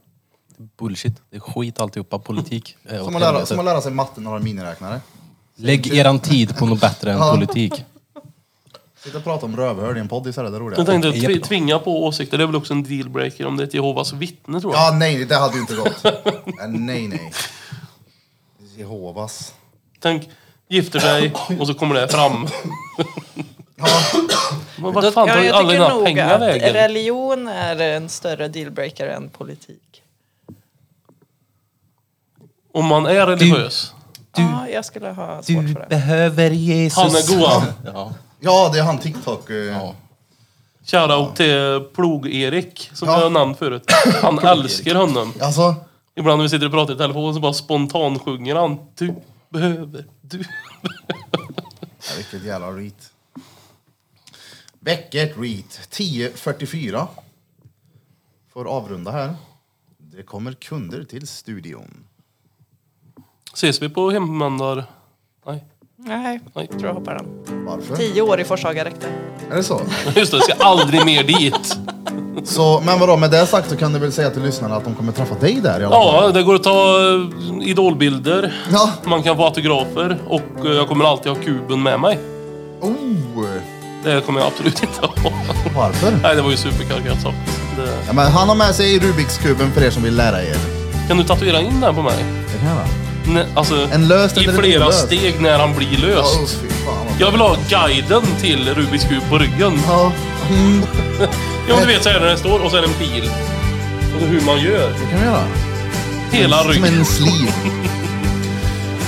Bullshit. Det är skit alltihopa. Politik är åt
Som att lära,
helvete.
som att lära sig matte när man har miniräknare.
Lägg eran tid på något bättre än politik.
Sitta och prata om rövhål i en podd istället, det är
Jag
roligare.
tänkte att tvi-
Japp.
tvinga på åsikter, det är väl också en dealbreaker om det är ett Jehovas vittne tror jag.
Ja, nej, det hade ju inte gått. Ja, nej, nej. Jehovas.
Tänk, gifter sig och så kommer det fram.
Ja.
Men vart fan tar
ja, jag
alla
tycker
dina
nog
pengar
att
vägen?
religion är en större dealbreaker än politik.
Om man är religiös.
ja, jag skulle ha svårt
Du
för det.
behöver Jesus.
Han är goan.
Ja.
Ja, det är han TikTok. eh,
Shoutout till Plog-Erik, som
Ja.
jag namn förut. Han älskar honom.
Alltså,
Ibland när vi sitter och pratar i telefon så bara spontan sjunger han. Du behöver, du...
ja, vilket jävla reat. Becket reat. 10.44. Får avrunda här. Det kommer kunder till studion.
Ses vi på hemvändar... Nej,
Nej,
nej.
jag tror jag hoppar den.
Varför?
Tio år i Forshaga räckte.
Är det så?
Just det, jag ska aldrig mer dit.
Så, men vadå, med det sagt så kan du väl säga till lyssnarna att de kommer träffa dig där i alla fall?
Ja, det går att ta eh, idolbilder.
Ja.
Man kan få autografer och eh, jag kommer alltid ha kuben med mig.
Oh,
Det kommer jag absolut inte ha.
varför?
Nej, det var ju superkarkat sagt. Det...
Ja, men han har med sig Rubiks kuben för er som vill lära er.
Kan du tatuera in den på mig?
Det kan jag.
Nej, alltså,
En löst
i
eller en
flera
olöst?
steg när han blir löst.
Ja, oh, fy fan. vad-
Jag vill ha guiden till Rubiks kub på ryggen.
Ja, mm,
Ja, men du vet så här när den står och så är det en pil. Och så hur man gör.
det kan vi göra.
Hela
Som
ryggen.
en sleeve.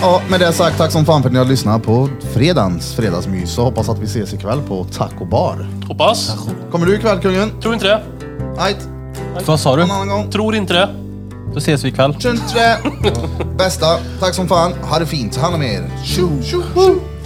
Ja, med det sagt, tack som fan för att ni har lyssnat på fredagens fredagsmys. Så hoppas att vi ses ikväll på Taco Bar.
Hoppas.
Kommer du ikväll kungen?
Tror inte det.
Ajt,
Vad sa du?
en annan gång.
Tror inte det.
Då ses vi ikväll.
Tjun, trä. Bästa, tack som fan. Ha det fint, ta hand om er. Tjo, tjo, tjo.